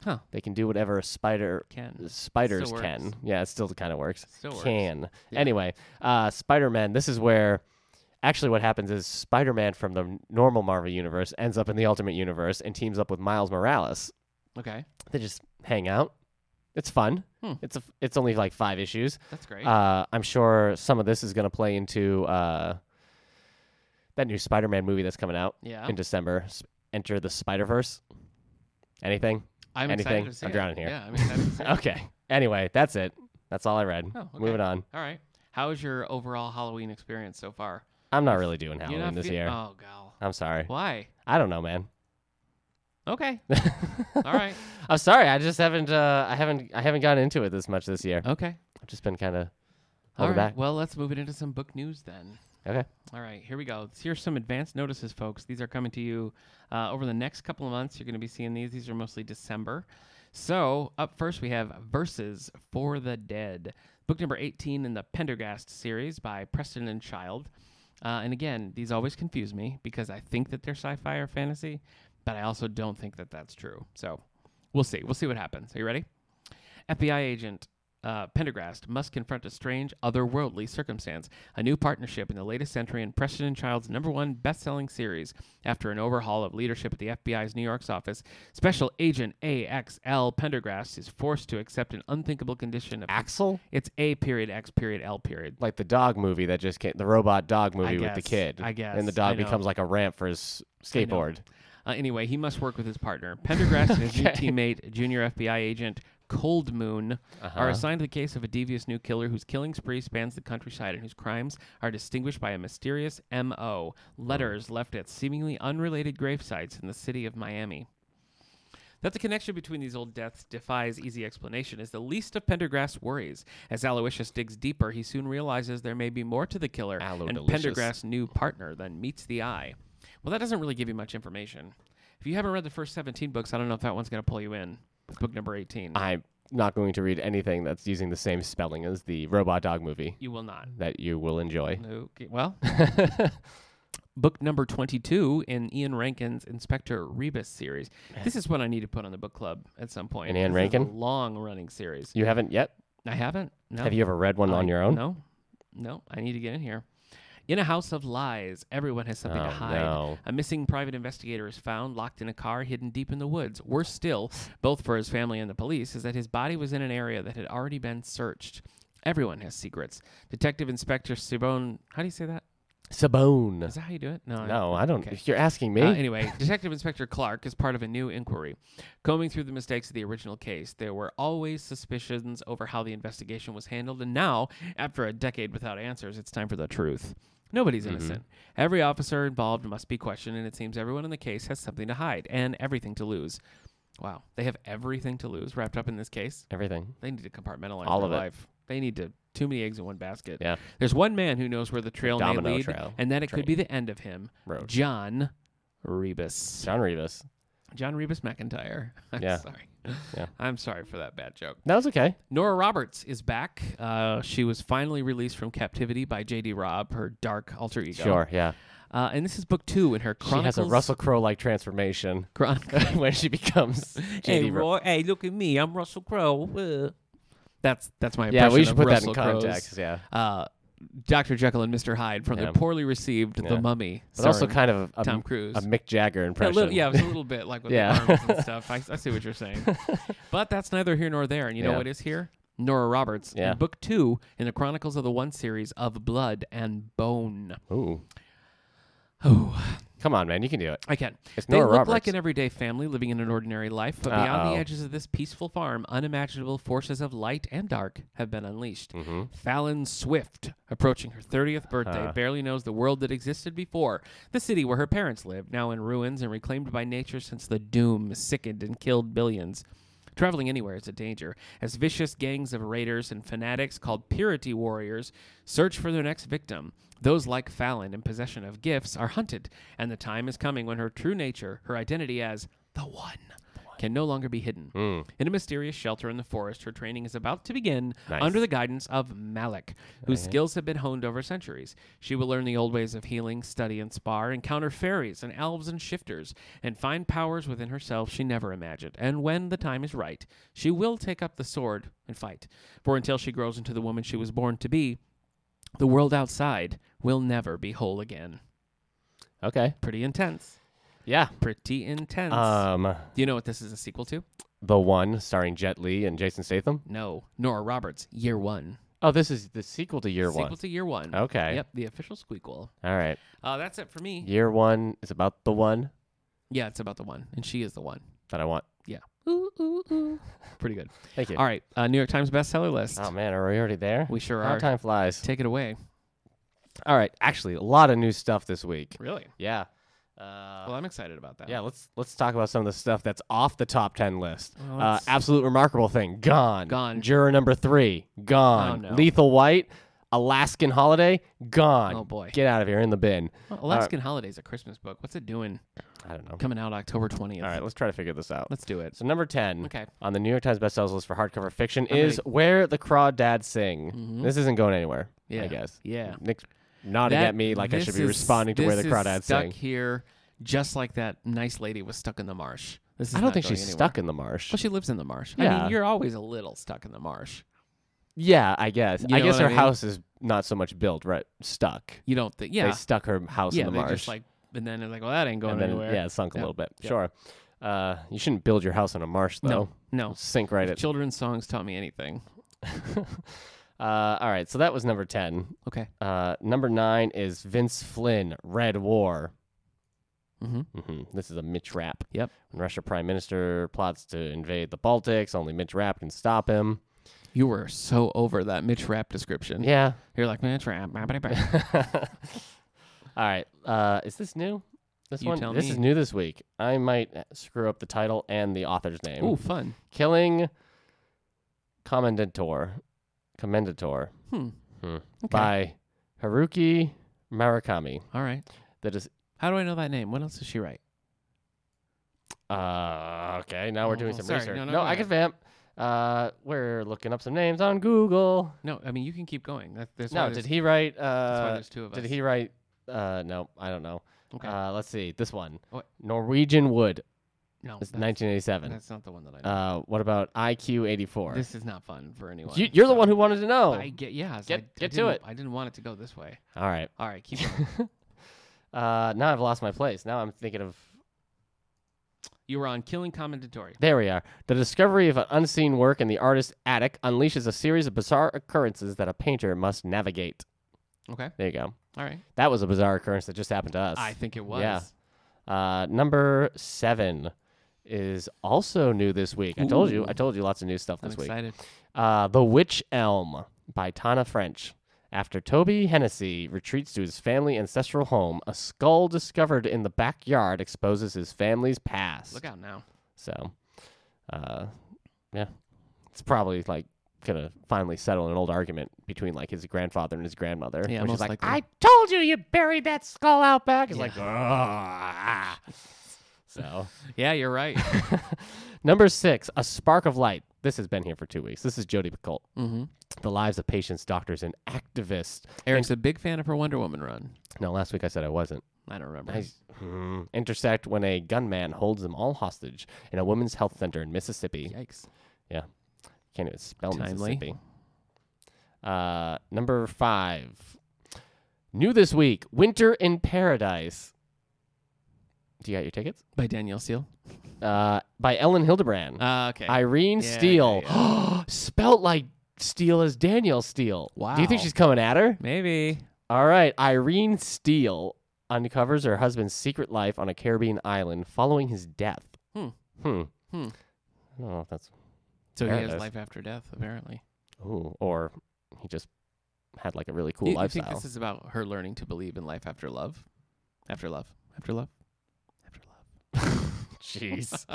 Speaker 2: Huh.
Speaker 1: They can do whatever a spider
Speaker 2: Can.
Speaker 1: spiders
Speaker 2: Still
Speaker 1: can.
Speaker 2: works.
Speaker 1: Yeah, it still kind of works.
Speaker 2: Still works.
Speaker 1: Can.
Speaker 2: Yeah.
Speaker 1: Anyway, uh, Spider Man, this is where actually what happens is Spider Man from the normal Marvel universe ends up in the Ultimate Universe and teams up with Miles Morales.
Speaker 2: Okay.
Speaker 1: They just hang out. It's fun.
Speaker 2: Hmm.
Speaker 1: It's a, it's only like five issues.
Speaker 2: That's great.
Speaker 1: Uh, I'm sure some of this is going to play into uh, that new Spider Man movie that's coming out
Speaker 2: yeah.
Speaker 1: in December. S- Enter the Spider Verse. Anything? [LAUGHS]
Speaker 2: I'm
Speaker 1: anything?
Speaker 2: excited to see
Speaker 1: I'm
Speaker 2: it.
Speaker 1: drowning here.
Speaker 2: Yeah, I'm excited to
Speaker 1: [LAUGHS]
Speaker 2: see it.
Speaker 1: Okay. Anyway, that's it. That's all I read.
Speaker 2: Oh, okay.
Speaker 1: Moving on.
Speaker 2: All right. How is your overall Halloween experience so far?
Speaker 1: I'm not really doing
Speaker 2: You're
Speaker 1: Halloween
Speaker 2: not
Speaker 1: this
Speaker 2: fe-
Speaker 1: year.
Speaker 2: Oh, gal.
Speaker 1: I'm sorry.
Speaker 2: Why?
Speaker 1: I don't know, man. [LAUGHS]
Speaker 2: Okay. All right.
Speaker 1: I'm sorry. I just haven't. Uh, I haven't. I haven't gotten into it this much this year.
Speaker 2: Okay.
Speaker 1: I've just been kind of
Speaker 2: All
Speaker 1: holding
Speaker 2: right.
Speaker 1: back.
Speaker 2: Well, let's move it into some book news then.
Speaker 1: Okay.
Speaker 2: All right, here we go. Here's some advance notices, folks. These are coming to you uh, over the next couple of months. You're going to be seeing these. These are mostly December. So, up first, we have Verses for the Dead, book number 18 in the Pendergast series by Preston and Child. Uh, and again, these always confuse me because I think that they're sci fi or fantasy, but I also don't think that that's true. So, we'll see. We'll see what happens. Are you ready? FBI agent uh, Pendergast must confront a strange, otherworldly circumstance, a new partnership in the latest century in Preston and Child's number one best-selling series. After an overhaul of leadership at the FBI's New York's office, Special Agent AXL Pendergast is forced to accept an unthinkable condition of
Speaker 1: Axel,
Speaker 2: it's A period X period L period.
Speaker 1: like the dog movie that just came, the robot dog movie with the
Speaker 2: guess,
Speaker 1: kid.
Speaker 2: I guess,
Speaker 1: And the
Speaker 2: I
Speaker 1: dog
Speaker 2: know.
Speaker 1: becomes like a ramp for his skateboard.
Speaker 2: Uh, anyway, he must work with his partner. Pendergrass and his
Speaker 1: [LAUGHS]
Speaker 2: new
Speaker 1: Okay.
Speaker 2: teammate, junior FBI agent Cold Moon, are
Speaker 1: Uh-huh.
Speaker 2: assigned to the case of a devious new killer whose killing spree spans the countryside and whose crimes are distinguished by a mysterious M.O.
Speaker 1: Hmm.
Speaker 2: letters left at seemingly unrelated gravesites in the city of Miami. That the connection between these old deaths defies easy explanation is the least of Pendergrass's worries. As Aloysius digs deeper, he soon realizes there may be more to the killer and
Speaker 1: Allo-delicious.
Speaker 2: Pendergrass's new partner than meets the eye. Well, that doesn't really give you much information. If you haven't read the first 17 books, I don't know if that one's going to pull you in. It's book number 18.
Speaker 1: I'm not going to read anything that's using the same spelling as the robot dog movie
Speaker 2: you will not.
Speaker 1: that you will enjoy.
Speaker 2: Okay. Well, [LAUGHS] book number 22 in Ian Rankin's Inspector Rebus series. This is what I need to put on the book club at some point.
Speaker 1: And Ian
Speaker 2: This is a
Speaker 1: Rankin?
Speaker 2: long-running series.
Speaker 1: You haven't yet?
Speaker 2: I haven't. No.
Speaker 1: Have you ever read one
Speaker 2: I-
Speaker 1: on your own?
Speaker 2: No, no. I need to get in here. In a house of lies, everyone has something
Speaker 1: Oh,
Speaker 2: to hide.
Speaker 1: no.
Speaker 2: A missing private investigator is found locked in a car hidden deep in the woods. Worse still, both for his family and the police, is that his body was in an area that had already been searched. Everyone has secrets. Detective Inspector Sibone, how do you say that?
Speaker 1: Sabone.
Speaker 2: Is that how you do it? No. I-
Speaker 1: No, I don't.
Speaker 2: okay.
Speaker 1: If You're asking me.
Speaker 2: Uh, anyway, Detective Inspector Clark is part of a new inquiry. Combing through the mistakes of the original case, there were always suspicions over how the investigation was handled, and now, after a decade without answers, it's time for the truth. Nobody's
Speaker 1: Mm-hmm.
Speaker 2: innocent. Every officer involved must be questioned, and it seems everyone in the case has something to hide and everything to lose. Wow, they have everything to lose wrapped up in this case.
Speaker 1: Everything.
Speaker 2: They need to compartmentalize
Speaker 1: All
Speaker 2: their
Speaker 1: of it.
Speaker 2: life. They need to too many eggs in one basket.
Speaker 1: Yeah.
Speaker 2: There's one man who knows where the trail may
Speaker 1: Domino
Speaker 2: lead,
Speaker 1: trail.
Speaker 2: and that it could be the end of him.
Speaker 1: Road.
Speaker 2: John Rebus.
Speaker 1: John Rebus.
Speaker 2: John Rebus McIntyre. [LAUGHS] I'm
Speaker 1: Yeah.
Speaker 2: sorry.
Speaker 1: Yeah.
Speaker 2: I'm sorry for that bad joke.
Speaker 1: That was okay.
Speaker 2: Nora Roberts is back. Uh, she was finally released from captivity by J.D. Robb, her dark alter ego.
Speaker 1: Sure. Yeah.
Speaker 2: Uh, and this is book two in her Chronicles.
Speaker 1: She has a Russell Crowe like transformation [LAUGHS]
Speaker 2: Chron-
Speaker 1: when she becomes [LAUGHS]
Speaker 2: hey,
Speaker 1: J.D. Ro-
Speaker 2: Roy, hey, look at me. I'm Russell Crowe. Uh, That's that's my
Speaker 1: Yeah,
Speaker 2: impression
Speaker 1: we should
Speaker 2: of
Speaker 1: put
Speaker 2: Russell
Speaker 1: that in
Speaker 2: Crowe's,
Speaker 1: context. Yeah.
Speaker 2: Uh, Dr. Jekyll and Mr. Hyde from
Speaker 1: Yeah.
Speaker 2: the poorly received
Speaker 1: Yeah.
Speaker 2: The Mummy.
Speaker 1: But also
Speaker 2: starring
Speaker 1: kind of a,
Speaker 2: Tom Cruise.
Speaker 1: a Mick Jagger
Speaker 2: Yeah,
Speaker 1: impression.
Speaker 2: a little, yeah, it was a little bit like with
Speaker 1: Yeah.
Speaker 2: the arms
Speaker 1: [LAUGHS]
Speaker 2: and stuff. I, I see what you're saying. but that's neither here nor there. And you
Speaker 1: Yeah.
Speaker 2: know what is here? Nora Roberts
Speaker 1: Yeah.
Speaker 2: in book two in the Chronicles of the One series of Blood and Bone.
Speaker 1: Ooh.
Speaker 2: Oh,
Speaker 1: Come on, man. You can do it.
Speaker 2: I can.
Speaker 1: It's
Speaker 2: they
Speaker 1: Nora
Speaker 2: look
Speaker 1: Roberts.
Speaker 2: like an everyday family living in an ordinary life, but beyond
Speaker 1: Uh-oh.
Speaker 2: the edges of this peaceful farm, unimaginable forces of light and dark have been unleashed.
Speaker 1: mm-hmm.
Speaker 2: Fallon Swift, approaching her 30th birthday,
Speaker 1: Huh.
Speaker 2: barely knows the world that existed before. The city where her parents lived, now in ruins and reclaimed by nature since the doom sickened and killed billions. Traveling anywhere is a danger, as vicious gangs of raiders and fanatics called purity warriors search for their next victim. Those like Fallon in possession of gifts are hunted, and the time is coming when her true nature, her identity as the one, can no longer be hidden. In a mysterious shelter in the forest, her training is about to begin
Speaker 1: Nice.
Speaker 2: under the guidance of Malik, whose skills have been honed over centuries. She will learn the old ways of healing, study, and spar, encounter fairies and elves and shifters, and find powers within herself she never imagined. And when the time is right, she will take up the sword and fight. For until she grows into the woman she was born to be, the world outside will never be whole again.
Speaker 1: Okay.
Speaker 2: Pretty intense.
Speaker 1: Yeah.
Speaker 2: Pretty intense.
Speaker 1: Um,
Speaker 2: Do you know what this is a sequel to?
Speaker 1: the one starring Jet Li and Jason Statham.
Speaker 2: No. Nora Roberts, Year One.
Speaker 1: Oh, this is the sequel to Year
Speaker 2: sequel
Speaker 1: One.
Speaker 2: to Year One.
Speaker 1: Okay.
Speaker 2: Yep, the official squeakquel.
Speaker 1: All right.
Speaker 2: Uh, that's it for me. Yeah.
Speaker 1: Year One is about the one
Speaker 2: it's about the one, and she is the one.
Speaker 1: that I want.
Speaker 2: Yeah. Ooh, ooh, ooh. Pretty good.
Speaker 1: Thank you.
Speaker 2: All right, uh, New York Times bestseller list.
Speaker 1: Oh man, are we already there?
Speaker 2: we sure
Speaker 1: How
Speaker 2: are.
Speaker 1: time flies.
Speaker 2: Take it away.
Speaker 1: All right. Actually, a lot of new stuff this week.
Speaker 2: Really?
Speaker 1: Yeah. Uh,
Speaker 2: Well, I'm excited about that.
Speaker 1: yeah. Let's let's talk about some of the stuff that's off the top ten list.
Speaker 2: Well,
Speaker 1: Uh,
Speaker 2: Oh, let's-
Speaker 1: absolute remarkable thing gone.
Speaker 2: Gone.
Speaker 1: Juror number three gone.
Speaker 2: Oh, no.
Speaker 1: Lethal White. Alaskan Holiday gone.
Speaker 2: Oh, boy.
Speaker 1: Get out of here in the bin.
Speaker 2: Well, Alaskan Holidays, a Christmas book. What's it doing?
Speaker 1: I don't know.
Speaker 2: Coming out October 20th.
Speaker 1: All right, let's try to figure this out.
Speaker 2: Let's do it.
Speaker 1: So number ten
Speaker 2: Okay.
Speaker 1: on the New York Times bestsellers list for hardcover fiction
Speaker 2: I'm
Speaker 1: is "Where the Crawdads Sing." This isn't going anywhere.
Speaker 2: Mm-hmm. Yeah.
Speaker 1: I guess.
Speaker 2: Yeah.
Speaker 1: Nick's nodding
Speaker 2: That-
Speaker 1: at me like I
Speaker 2: this
Speaker 1: should be
Speaker 2: is-
Speaker 1: responding to "Where the
Speaker 2: this is
Speaker 1: Crawdads
Speaker 2: stuck
Speaker 1: Sing."
Speaker 2: here, just like that nice lady was stuck in the marsh. This is
Speaker 1: I don't
Speaker 2: not
Speaker 1: think
Speaker 2: going
Speaker 1: she's
Speaker 2: anywhere.
Speaker 1: stuck in the marsh.
Speaker 2: Well, she lives in the marsh. I
Speaker 1: Yeah.
Speaker 2: mean, you're always a little stuck in the marsh.
Speaker 1: yeah, I guess.
Speaker 2: You
Speaker 1: I
Speaker 2: know
Speaker 1: guess
Speaker 2: what I
Speaker 1: her
Speaker 2: mean?
Speaker 1: house is not so much built, right? Stuck.
Speaker 2: You don't think? Yeah.
Speaker 1: They stuck her house
Speaker 2: yeah.
Speaker 1: in the
Speaker 2: they're
Speaker 1: marsh.
Speaker 2: just like, and then they're like, well, that ain't going
Speaker 1: and then
Speaker 2: anywhere.
Speaker 1: yeah, it sunk a
Speaker 2: Yeah.
Speaker 1: little bit.
Speaker 2: Yeah.
Speaker 1: Sure. Uh, you shouldn't build your house on a marsh though.
Speaker 2: No. No.
Speaker 1: It'll Sink right
Speaker 2: [LAUGHS]
Speaker 1: at. [LAUGHS]
Speaker 2: Children's songs taught me anything.
Speaker 1: Uh, all right, so that was number ten.
Speaker 2: Okay.
Speaker 1: Uh, number nine is Vince Flynn, Red War.
Speaker 2: Mm-hmm.
Speaker 1: hmm This is a Mitch Rapp.
Speaker 2: Yep.
Speaker 1: When Russia Prime Minister plots to invade the Baltics, only Mitch Rapp can stop him.
Speaker 2: You were so over that Mitch Rapp description.
Speaker 1: Yeah.
Speaker 2: You're like Mitch Rapp. bah, bah, bah,
Speaker 1: [LAUGHS]
Speaker 2: bah."
Speaker 1: All right. Uh, is this new? This
Speaker 2: You
Speaker 1: one.
Speaker 2: tell
Speaker 1: this is
Speaker 2: me.
Speaker 1: new this week. I might uh, screw up the title and the author's name.
Speaker 2: Ooh, fun.
Speaker 1: Killing Commendator. Commendator
Speaker 2: Hmm.
Speaker 1: Hmm.
Speaker 2: Okay.
Speaker 1: by Haruki Murakami.
Speaker 2: All right.
Speaker 1: That is
Speaker 2: How do I know that name? What else does she write?
Speaker 1: Uh, okay, now we're doing
Speaker 2: Oh,
Speaker 1: some
Speaker 2: sorry.
Speaker 1: research.
Speaker 2: No,
Speaker 1: No,
Speaker 2: no, go
Speaker 1: I
Speaker 2: ahead.
Speaker 1: can vamp. Uh, we're looking up some names on Google.
Speaker 2: No, I mean you can keep going. That, that's why
Speaker 1: no,
Speaker 2: there's-
Speaker 1: did he write?
Speaker 2: That's why
Speaker 1: Uh,
Speaker 2: there's two of
Speaker 1: did
Speaker 2: us.
Speaker 1: he write Uh, no, I don't know.
Speaker 2: Okay.
Speaker 1: Uh, let's see this one.
Speaker 2: What?
Speaker 1: Norwegian Wood.
Speaker 2: no,
Speaker 1: It's
Speaker 2: that's,
Speaker 1: 1987.
Speaker 2: that's not the one that I. Know.
Speaker 1: Uh, what about IQ 84?
Speaker 2: this is not fun for anyone.
Speaker 1: You, you're the
Speaker 2: so-
Speaker 1: one who wanted to know.
Speaker 2: I get yeah. so
Speaker 1: Get-
Speaker 2: I, I
Speaker 1: get to
Speaker 2: didn't-
Speaker 1: it.
Speaker 2: I didn't want it to go this way.
Speaker 1: All right.
Speaker 2: All right, keep going.
Speaker 1: [LAUGHS] Uh, now I've lost my place. Now I'm thinking of.
Speaker 2: you were on killing commendatory.
Speaker 1: There we are. The discovery of an unseen work in the artist's attic unleashes a series of bizarre occurrences that a painter must navigate.
Speaker 2: Okay.
Speaker 1: There you go.
Speaker 2: All right.
Speaker 1: That was a bizarre occurrence that just happened to us.
Speaker 2: I think it was.
Speaker 1: Yeah. Uh, number seven is also new this week. I told you. I
Speaker 2: Ooh.
Speaker 1: told you lots of new stuff
Speaker 2: I'm
Speaker 1: this week.
Speaker 2: excited.
Speaker 1: Uh, the Witch Elm by Tana French. After Toby Hennessy retreats to his family ancestral home, a skull discovered in the backyard exposes his family's past.
Speaker 2: Look out now.
Speaker 1: So, uh, yeah, it's probably like gonna finally settle an old argument between like his grandfather and his grandmother,
Speaker 2: Yeah,
Speaker 1: which is
Speaker 2: most
Speaker 1: like,
Speaker 2: likely.
Speaker 1: "I told you you buried that skull out back." It's
Speaker 2: Yeah.
Speaker 1: like, "Ah." so
Speaker 2: Yeah, you're [LAUGHS] right.
Speaker 1: number six, a spark of light. This has been here for two weeks. This is Jodi Picoult.
Speaker 2: mm-hmm.
Speaker 1: The lives of patients, doctors, and activists.
Speaker 2: Eric's a big fan of her Wonder Woman run.
Speaker 1: No, last week I said I wasn't.
Speaker 2: I don't remember.
Speaker 1: I,
Speaker 2: Mm-hmm.
Speaker 1: Hmm. intersect when a gunman holds them all hostage in a women's health center in Mississippi.
Speaker 2: Yikes.
Speaker 1: Can't even spell
Speaker 2: Timely.
Speaker 1: Mississippi. Uh, number five. New this week, Winter in Paradise. Do you got your tickets?
Speaker 2: By Danielle Steele.
Speaker 1: Uh, by Ellen Hildebrand.
Speaker 2: Uh, okay.
Speaker 1: Irene
Speaker 2: Yeah, yeah,
Speaker 1: Steele. [GASPS] Spelt like Steele as Danielle Steele. Do you think
Speaker 2: Wow.
Speaker 1: she's coming at her?
Speaker 2: Maybe.
Speaker 1: All right. Irene Steele uncovers her husband's secret life on a Caribbean island following his death.
Speaker 2: Hmm.
Speaker 1: Hmm.
Speaker 2: Hmm.
Speaker 1: I don't know if that's.
Speaker 2: So
Speaker 1: There
Speaker 2: he
Speaker 1: it
Speaker 2: has
Speaker 1: is.
Speaker 2: life after death, apparently.
Speaker 1: Ooh, or he just had like a really cool
Speaker 2: you, you
Speaker 1: lifestyle.
Speaker 2: think this [LAUGHS] is about her learning to believe in life after love? After love. After love. After love.
Speaker 1: [LAUGHS] Jeez.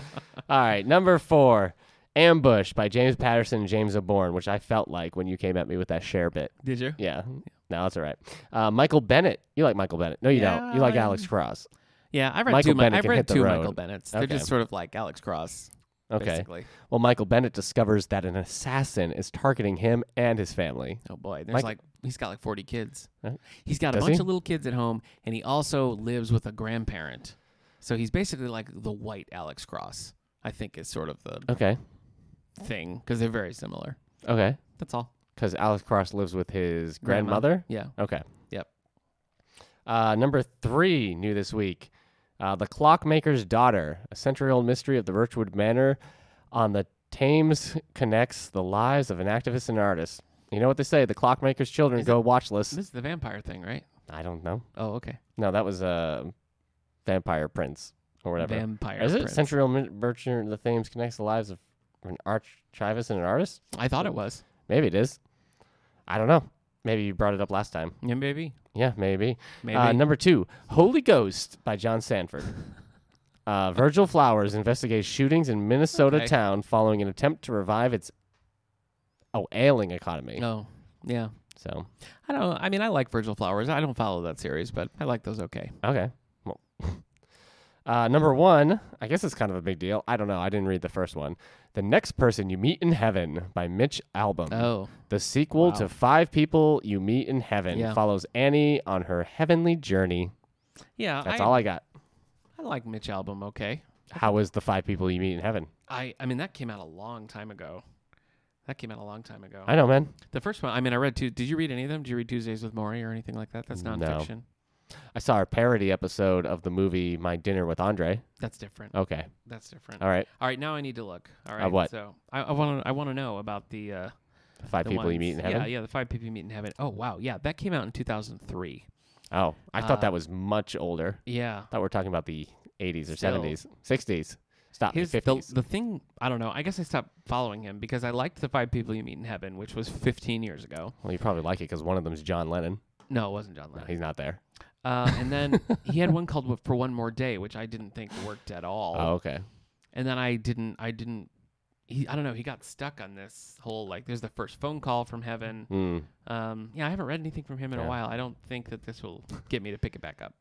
Speaker 1: All right, number four, "Ambush" by James Patterson and James O'Born, which I felt like when you came at me with that share bit.
Speaker 2: [LAUGHS] Did you?
Speaker 1: Yeah, no, that's all right. Uh, Michael Bennett, you like Michael Bennett? No, you don't. You like
Speaker 2: Yeah,
Speaker 1: Alex Cross?
Speaker 2: Yeah, I read
Speaker 1: Michael
Speaker 2: two.
Speaker 1: Bennett
Speaker 2: I've
Speaker 1: can
Speaker 2: read
Speaker 1: hit the
Speaker 2: two
Speaker 1: road.
Speaker 2: Michael Bennett's. They're
Speaker 1: Okay.
Speaker 2: just sort of like Alex Cross,
Speaker 1: Okay.
Speaker 2: basically.
Speaker 1: Well, Michael Bennett discovers that an assassin is targeting him and his family.
Speaker 2: Oh boy, there's
Speaker 1: Mike-
Speaker 2: like he's got like 40 kids.
Speaker 1: Huh?
Speaker 2: He's got a
Speaker 1: Does
Speaker 2: bunch
Speaker 1: he?
Speaker 2: of little kids at home, and he also lives with a grandparent. So he's basically like the white Alex Cross. I think is sort of the
Speaker 1: Okay, Uh,
Speaker 2: thing because they're very similar.
Speaker 1: okay,
Speaker 2: That's all.
Speaker 1: because Alex Cross lives with his
Speaker 2: Grandma.
Speaker 1: grandmother.
Speaker 2: Yeah.
Speaker 1: Okay.
Speaker 2: Yep.
Speaker 1: Uh, number three, new this week, uh, "The Clockmaker's Daughter," a century-old mystery of the Birchwood Manor on the Thames connects the lives of an activist and artist. You know what they say: the clockmaker's children
Speaker 2: Is
Speaker 1: go watchless.
Speaker 2: This is the vampire thing, right?
Speaker 1: I don't know.
Speaker 2: Oh, okay.
Speaker 1: No, that was uh, Vampire Prince or whatever.
Speaker 2: Vampire.
Speaker 1: Is it
Speaker 2: Prince.
Speaker 1: century-old mi- Birchwood of the Thames connects the lives of an archivist and an artist?
Speaker 2: I thought it was.
Speaker 1: Maybe it is. I don't know. Maybe you brought it up last time.
Speaker 2: Yeah, maybe.
Speaker 1: Yeah, maybe.
Speaker 2: Maybe.
Speaker 1: Uh, number two, Holy Ghost by John
Speaker 2: [LAUGHS]
Speaker 1: Sanford. Uh, Virgil Flowers investigates shootings in Minnesota
Speaker 2: Okay.
Speaker 1: town following an attempt to revive its oh ailing economy.
Speaker 2: no. Yeah.
Speaker 1: So
Speaker 2: I don't. I mean, I like Virgil Flowers. I don't follow that series, but I like those. Okay.
Speaker 1: okay, well, [LAUGHS] uh, number one, I guess it's kind of a big deal. I don't know. I didn't read the first one. The next person you meet in heaven by Mitch Album.
Speaker 2: Oh,
Speaker 1: The sequel
Speaker 2: Wow.
Speaker 1: to Five People You Meet in Heaven
Speaker 2: Yeah.
Speaker 1: follows Annie on her heavenly journey.
Speaker 2: yeah.
Speaker 1: That's
Speaker 2: I,
Speaker 1: all I got.
Speaker 2: I like Mitch Album. Okay.
Speaker 1: How is the Five People You Meet in Heaven?
Speaker 2: I I mean that came out a long time ago. That came out a long time ago.
Speaker 1: I know, man.
Speaker 2: the first one, I mean, I read two. Did you read any of them? Did you read Tuesdays with Maury or anything like that? That's
Speaker 1: No.
Speaker 2: nonfiction.
Speaker 1: I saw a parody episode of the movie My Dinner with Andre.
Speaker 2: That's different.
Speaker 1: Okay.
Speaker 2: That's different.
Speaker 1: Oh. All right.
Speaker 2: All right, now I need to look. All right,
Speaker 1: what?
Speaker 2: So I want to I want to know about the uh,
Speaker 1: The five
Speaker 2: the
Speaker 1: people you meet in
Speaker 2: ones-
Speaker 1: heaven.
Speaker 2: Yeah, yeah, the five people you meet in heaven. Oh wow, yeah, that came out in two thousand three.
Speaker 1: Oh, I thought
Speaker 2: Uh,
Speaker 1: that was much older.
Speaker 2: Yeah,
Speaker 1: thought we are talking about the 80s or
Speaker 2: Still.
Speaker 1: 70s, 60s. Stop.
Speaker 2: his
Speaker 1: the
Speaker 2: the,
Speaker 1: 50s.
Speaker 2: the thing I don't know. I guess I stopped following him because I liked the five people you meet in heaven, which was fifteen years ago.
Speaker 1: well, you probably like it because one of them's John Lennon.
Speaker 2: No, it wasn't John
Speaker 1: No,
Speaker 2: Lennon.
Speaker 1: he's not there.
Speaker 2: Uh, and then he
Speaker 1: [LAUGHS]
Speaker 2: had one called "For One More Day," which I didn't think worked at all.
Speaker 1: Oh, okay.
Speaker 2: And then I didn't, I didn't, he, I don't know. He got stuck on this whole like, there's the first phone call from heaven.
Speaker 1: Hmm.
Speaker 2: Um, yeah, I haven't read anything from him in
Speaker 1: Yeah.
Speaker 2: a while. I don't think that this will get me to pick it back up.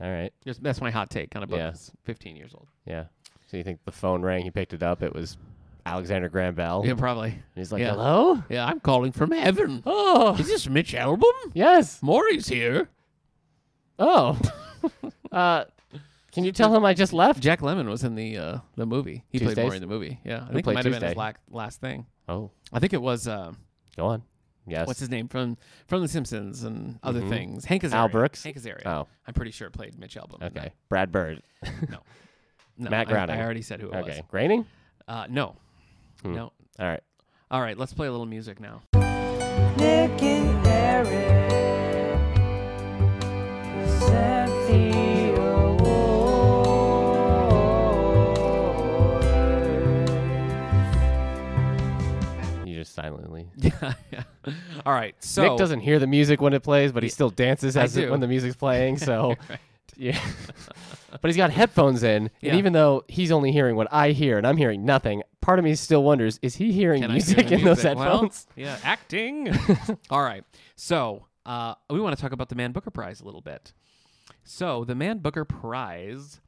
Speaker 1: All right.
Speaker 2: Just that's my hot take on a book
Speaker 1: Yeah.
Speaker 2: that's 15 years old.
Speaker 1: Yeah. So you think the phone rang? He picked it up. It was Alexander Graham Bell.
Speaker 2: Yeah, probably.
Speaker 1: He's like,
Speaker 2: Yeah.
Speaker 1: hello?
Speaker 2: Yeah, I'm
Speaker 1: [GASPS]
Speaker 2: calling from heaven.
Speaker 1: Oh,
Speaker 2: Is this Mitch Album?
Speaker 1: yes.
Speaker 2: Maury's here.
Speaker 1: Oh. [LAUGHS] uh, can you tell him I just left?
Speaker 2: Jack Lemon was in the uh, the movie. He played
Speaker 1: Tuesdays?
Speaker 2: more in the movie. Yeah, I think it
Speaker 1: played
Speaker 2: might have been his
Speaker 1: Tuesday?
Speaker 2: la- last thing.
Speaker 1: Oh,
Speaker 2: I think it was uh,
Speaker 1: go on. Yes.
Speaker 2: what's his name from from The Simpsons and other
Speaker 1: Mhm.
Speaker 2: things. Hank Azaria.
Speaker 1: Al Brooks?
Speaker 2: Hank Azaria.
Speaker 1: Oh,
Speaker 2: I'm pretty sure played Mitch Album. in that.
Speaker 1: okay. Brad Bird.
Speaker 2: No,
Speaker 1: Matt
Speaker 2: I-
Speaker 1: Groening.
Speaker 2: I, already said who it was.
Speaker 1: Okay. Graining?
Speaker 2: Uh, no.
Speaker 1: Hmm.
Speaker 2: No.
Speaker 1: All right.
Speaker 2: All right, let's play a little
Speaker 1: [LAUGHS]
Speaker 2: music now. [LAUGHS]
Speaker 3: Nick and Eric sent the award.
Speaker 1: You just silently.
Speaker 2: yeah. yeah. All right. So
Speaker 1: Nick doesn't hear the music when it plays, but he still dances
Speaker 2: I
Speaker 1: as it,
Speaker 2: do.
Speaker 1: when the music's playing. So,
Speaker 2: [LAUGHS] Right.
Speaker 1: yeah. [LAUGHS] but he's got headphones in,
Speaker 2: Yeah.
Speaker 1: and even though he's only hearing what I hear and I'm hearing nothing, part of me still wonders: is he hearing
Speaker 2: Can I hear
Speaker 1: music
Speaker 2: the
Speaker 1: in those
Speaker 2: music? Well,
Speaker 1: headphones?
Speaker 2: yeah,
Speaker 1: [LAUGHS]
Speaker 2: acting. All right. So uh, we want to talk about the Man Booker Prize a little bit. So the Man Booker Prize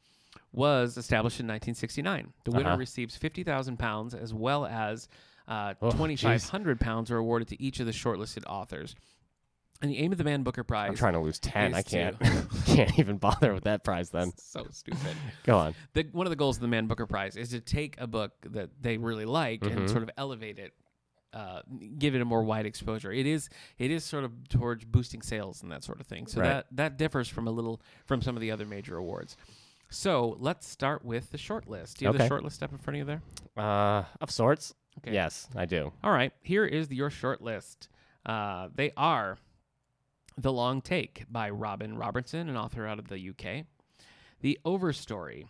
Speaker 2: was established in 1969. The winner
Speaker 1: Uh-huh.
Speaker 2: receives 50,000 pounds as well as uh,
Speaker 1: Oh, geez.
Speaker 2: 2,500 pounds are awarded to each of the shortlisted authors. And the aim of the Man Booker Prize.
Speaker 1: I'm trying to lose ten. I
Speaker 2: is to-
Speaker 1: can't. can't [LAUGHS] even bother with that prize.
Speaker 2: [LAUGHS]
Speaker 1: Then
Speaker 2: so stupid.
Speaker 1: go on.
Speaker 2: the, one of the goals of the Man Booker Prize is to take a book that they really like
Speaker 1: Mm-hmm.
Speaker 2: and sort of elevate it, uh, give it a more wide exposure. It is it is sort of towards boosting sales and that sort of thing. So
Speaker 1: Right.
Speaker 2: that that differs from a little from some of the other major awards. So let's start with the short list. Do you have the
Speaker 1: Okay.
Speaker 2: short list up in front of you there?
Speaker 1: Uh, of sorts.
Speaker 2: Okay.
Speaker 1: Yes, I do.
Speaker 2: All right, here is your short list. Uh, they are The Long Take by Robin Robertson, an author out of the UK. The Overstory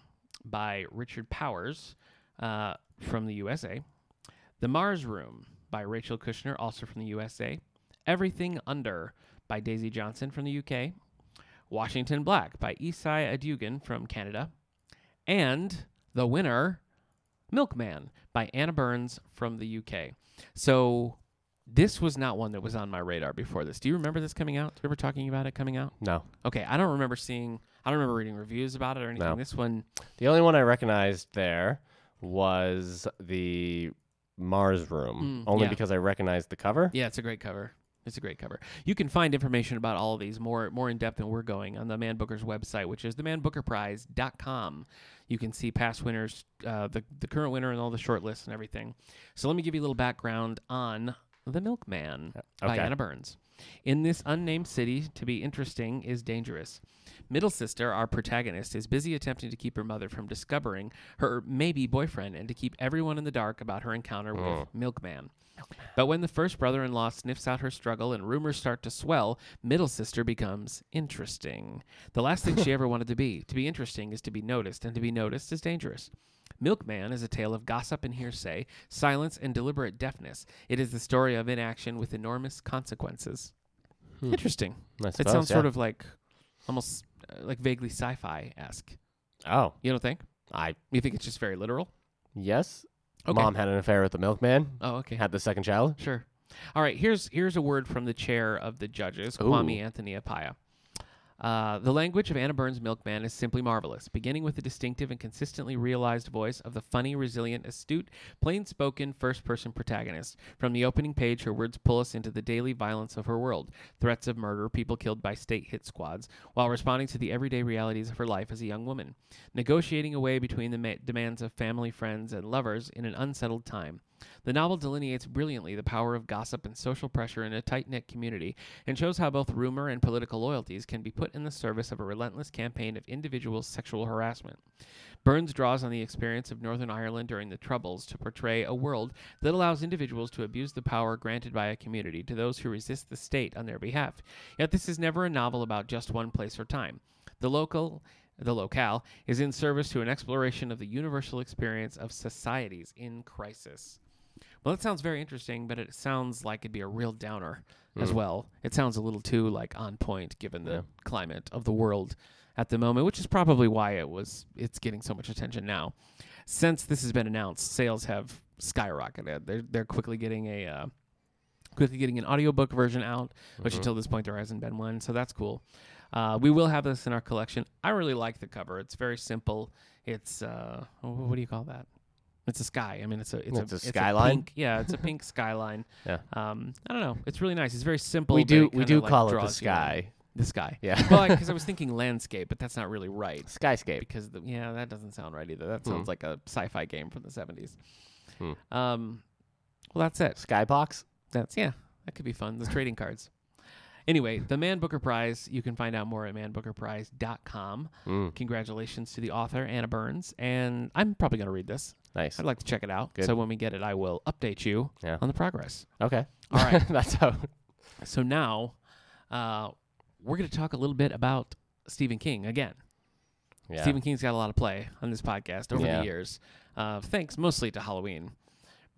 Speaker 2: by Richard Powers uh, from the USA. The Mars Room by Rachel Kushner, also from the USA. Everything Under by Daisy Johnson from the UK. Washington Black by Isai Adugan from Canada. And the winner, Milkman by Anna Burns from the UK. So this was not one that was on my radar before this. Do you remember this coming out? Do you remember talking about it coming out?
Speaker 1: No,
Speaker 2: Okay, I don't remember seeing, I don't remember reading reviews about it or anything.
Speaker 1: No.
Speaker 2: This one,
Speaker 1: the only one I recognized there was the Mars Room,
Speaker 2: Mm,
Speaker 1: only
Speaker 2: yeah.
Speaker 1: because I recognized the cover.
Speaker 2: yeah, it's a great cover. It's a great cover. You can find information about all of these more more in depth than we're going on the Man Booker's website, which is themanbookerprize.com. You can see past winners, uh, the the current winner, and all the short lists and everything. So let me give you a little background on the Milkman. by
Speaker 1: Okay.
Speaker 2: Anna Burns. In this unnamed city, to be interesting is dangerous. Middle sister, our protagonist, is busy attempting to keep her mother from discovering her maybe boyfriend and to keep everyone in the dark about her encounter with Milkman. But when the first brother in law sniffs out her struggle and rumors start to swell, middle sister becomes interesting. The last thing she ever wanted to be. To be interesting is to be noticed, and to be noticed is dangerous. Milkman is a tale of gossip and hearsay, silence and deliberate deafness. It is the story of inaction with enormous consequences. Interesting.
Speaker 1: I
Speaker 2: It
Speaker 1: suppose,
Speaker 2: sounds
Speaker 1: yeah.
Speaker 2: sort of like almost uh, like vaguely sci-fi esque.
Speaker 1: Oh,
Speaker 2: You don't think?
Speaker 1: I
Speaker 2: You think it's just very literal?
Speaker 1: yes.
Speaker 2: Okay.
Speaker 1: Mom had an affair with the milkman.
Speaker 2: Oh, okay.
Speaker 1: Had the second child.
Speaker 2: Sure. All right. Here's here's a word from the chair of the judges, Kwame
Speaker 1: Ooh.
Speaker 2: Anthony Appiah. Uh, the language of Anna Burns' Milkman is simply marvelous, beginning with the distinctive and consistently realized voice of the funny, resilient, astute, plain spoken first person protagonist. From the opening page, her words pull us into the daily violence of her world threats of murder, people killed by state hit squads, while responding to the everyday realities of her life as a young woman, negotiating a way between the ma- demands of family, friends, and lovers in an unsettled time. The novel delineates brilliantly the power of gossip and social pressure in a tight knit community, and shows how both rumor and political loyalties can be put in the service of a relentless campaign of individual sexual harassment. Burns draws on the experience of Northern Ireland during the Troubles to portray a world that allows individuals to abuse the power granted by a community to those who resist the state on their behalf. Yet this is never a novel about just one place or time. The local the locale is in service to an exploration of the universal experience of societies in crisis. Well, that sounds very interesting, but it sounds like it'd be a real downer as well. It sounds a little too like on point given the
Speaker 1: Yeah.
Speaker 2: climate of the world at the moment, which is probably why it was it's getting so much attention now. Since this has been announced, sales have skyrocketed. They're they're quickly getting a uh, quickly getting an audiobook version out,
Speaker 1: Mm-hmm.
Speaker 2: which until this point there hasn't been one, so that's cool. Uh, we will have this in our collection. I really like the cover. It's very simple. It's uh, wh- what do you call that? It's a sky. I mean, it's a it's,
Speaker 1: It's a
Speaker 2: it's
Speaker 1: skyline?
Speaker 2: pink- yeah, it's
Speaker 1: [LAUGHS]
Speaker 2: a pink skyline.
Speaker 1: Yeah.
Speaker 2: Um, I don't know. It's really nice. It's very simple.
Speaker 1: we
Speaker 2: but
Speaker 1: do
Speaker 2: it
Speaker 1: we
Speaker 2: kinda,
Speaker 1: do
Speaker 2: like,
Speaker 1: call it the
Speaker 2: draws you in.
Speaker 1: sky
Speaker 2: This guy.
Speaker 1: Yeah.
Speaker 2: well, because I was thinking landscape, but that's not really
Speaker 1: [LAUGHS]
Speaker 2: right.
Speaker 1: Skyscape.
Speaker 2: because the, yeah, that doesn't sound right either. That sounds like a sci-fi game from the seventies.
Speaker 1: Hmm.
Speaker 2: Um, well, that's it.
Speaker 1: Skybox.
Speaker 2: That's yeah, that could be
Speaker 1: [LAUGHS]
Speaker 2: fun. The trading cards. Anyway, the Man Booker Prize. You can find out more at manbookerprize.com.
Speaker 1: Mm,
Speaker 2: Congratulations to the author Anna Burns, and I'm probably gonna read this.
Speaker 1: nice.
Speaker 2: I'd like to check it out.
Speaker 1: Good.
Speaker 2: So when we get it, I will update you
Speaker 1: Yeah.
Speaker 2: on the progress.
Speaker 1: Okay.
Speaker 2: All right.
Speaker 1: [LAUGHS] That's how.
Speaker 2: So now, uh, we're gonna talk a little bit about Stephen King again.
Speaker 1: Yeah.
Speaker 2: Stephen King's got a lot of play on this podcast over
Speaker 1: Yeah.
Speaker 2: the years, uh, thanks mostly to Halloween.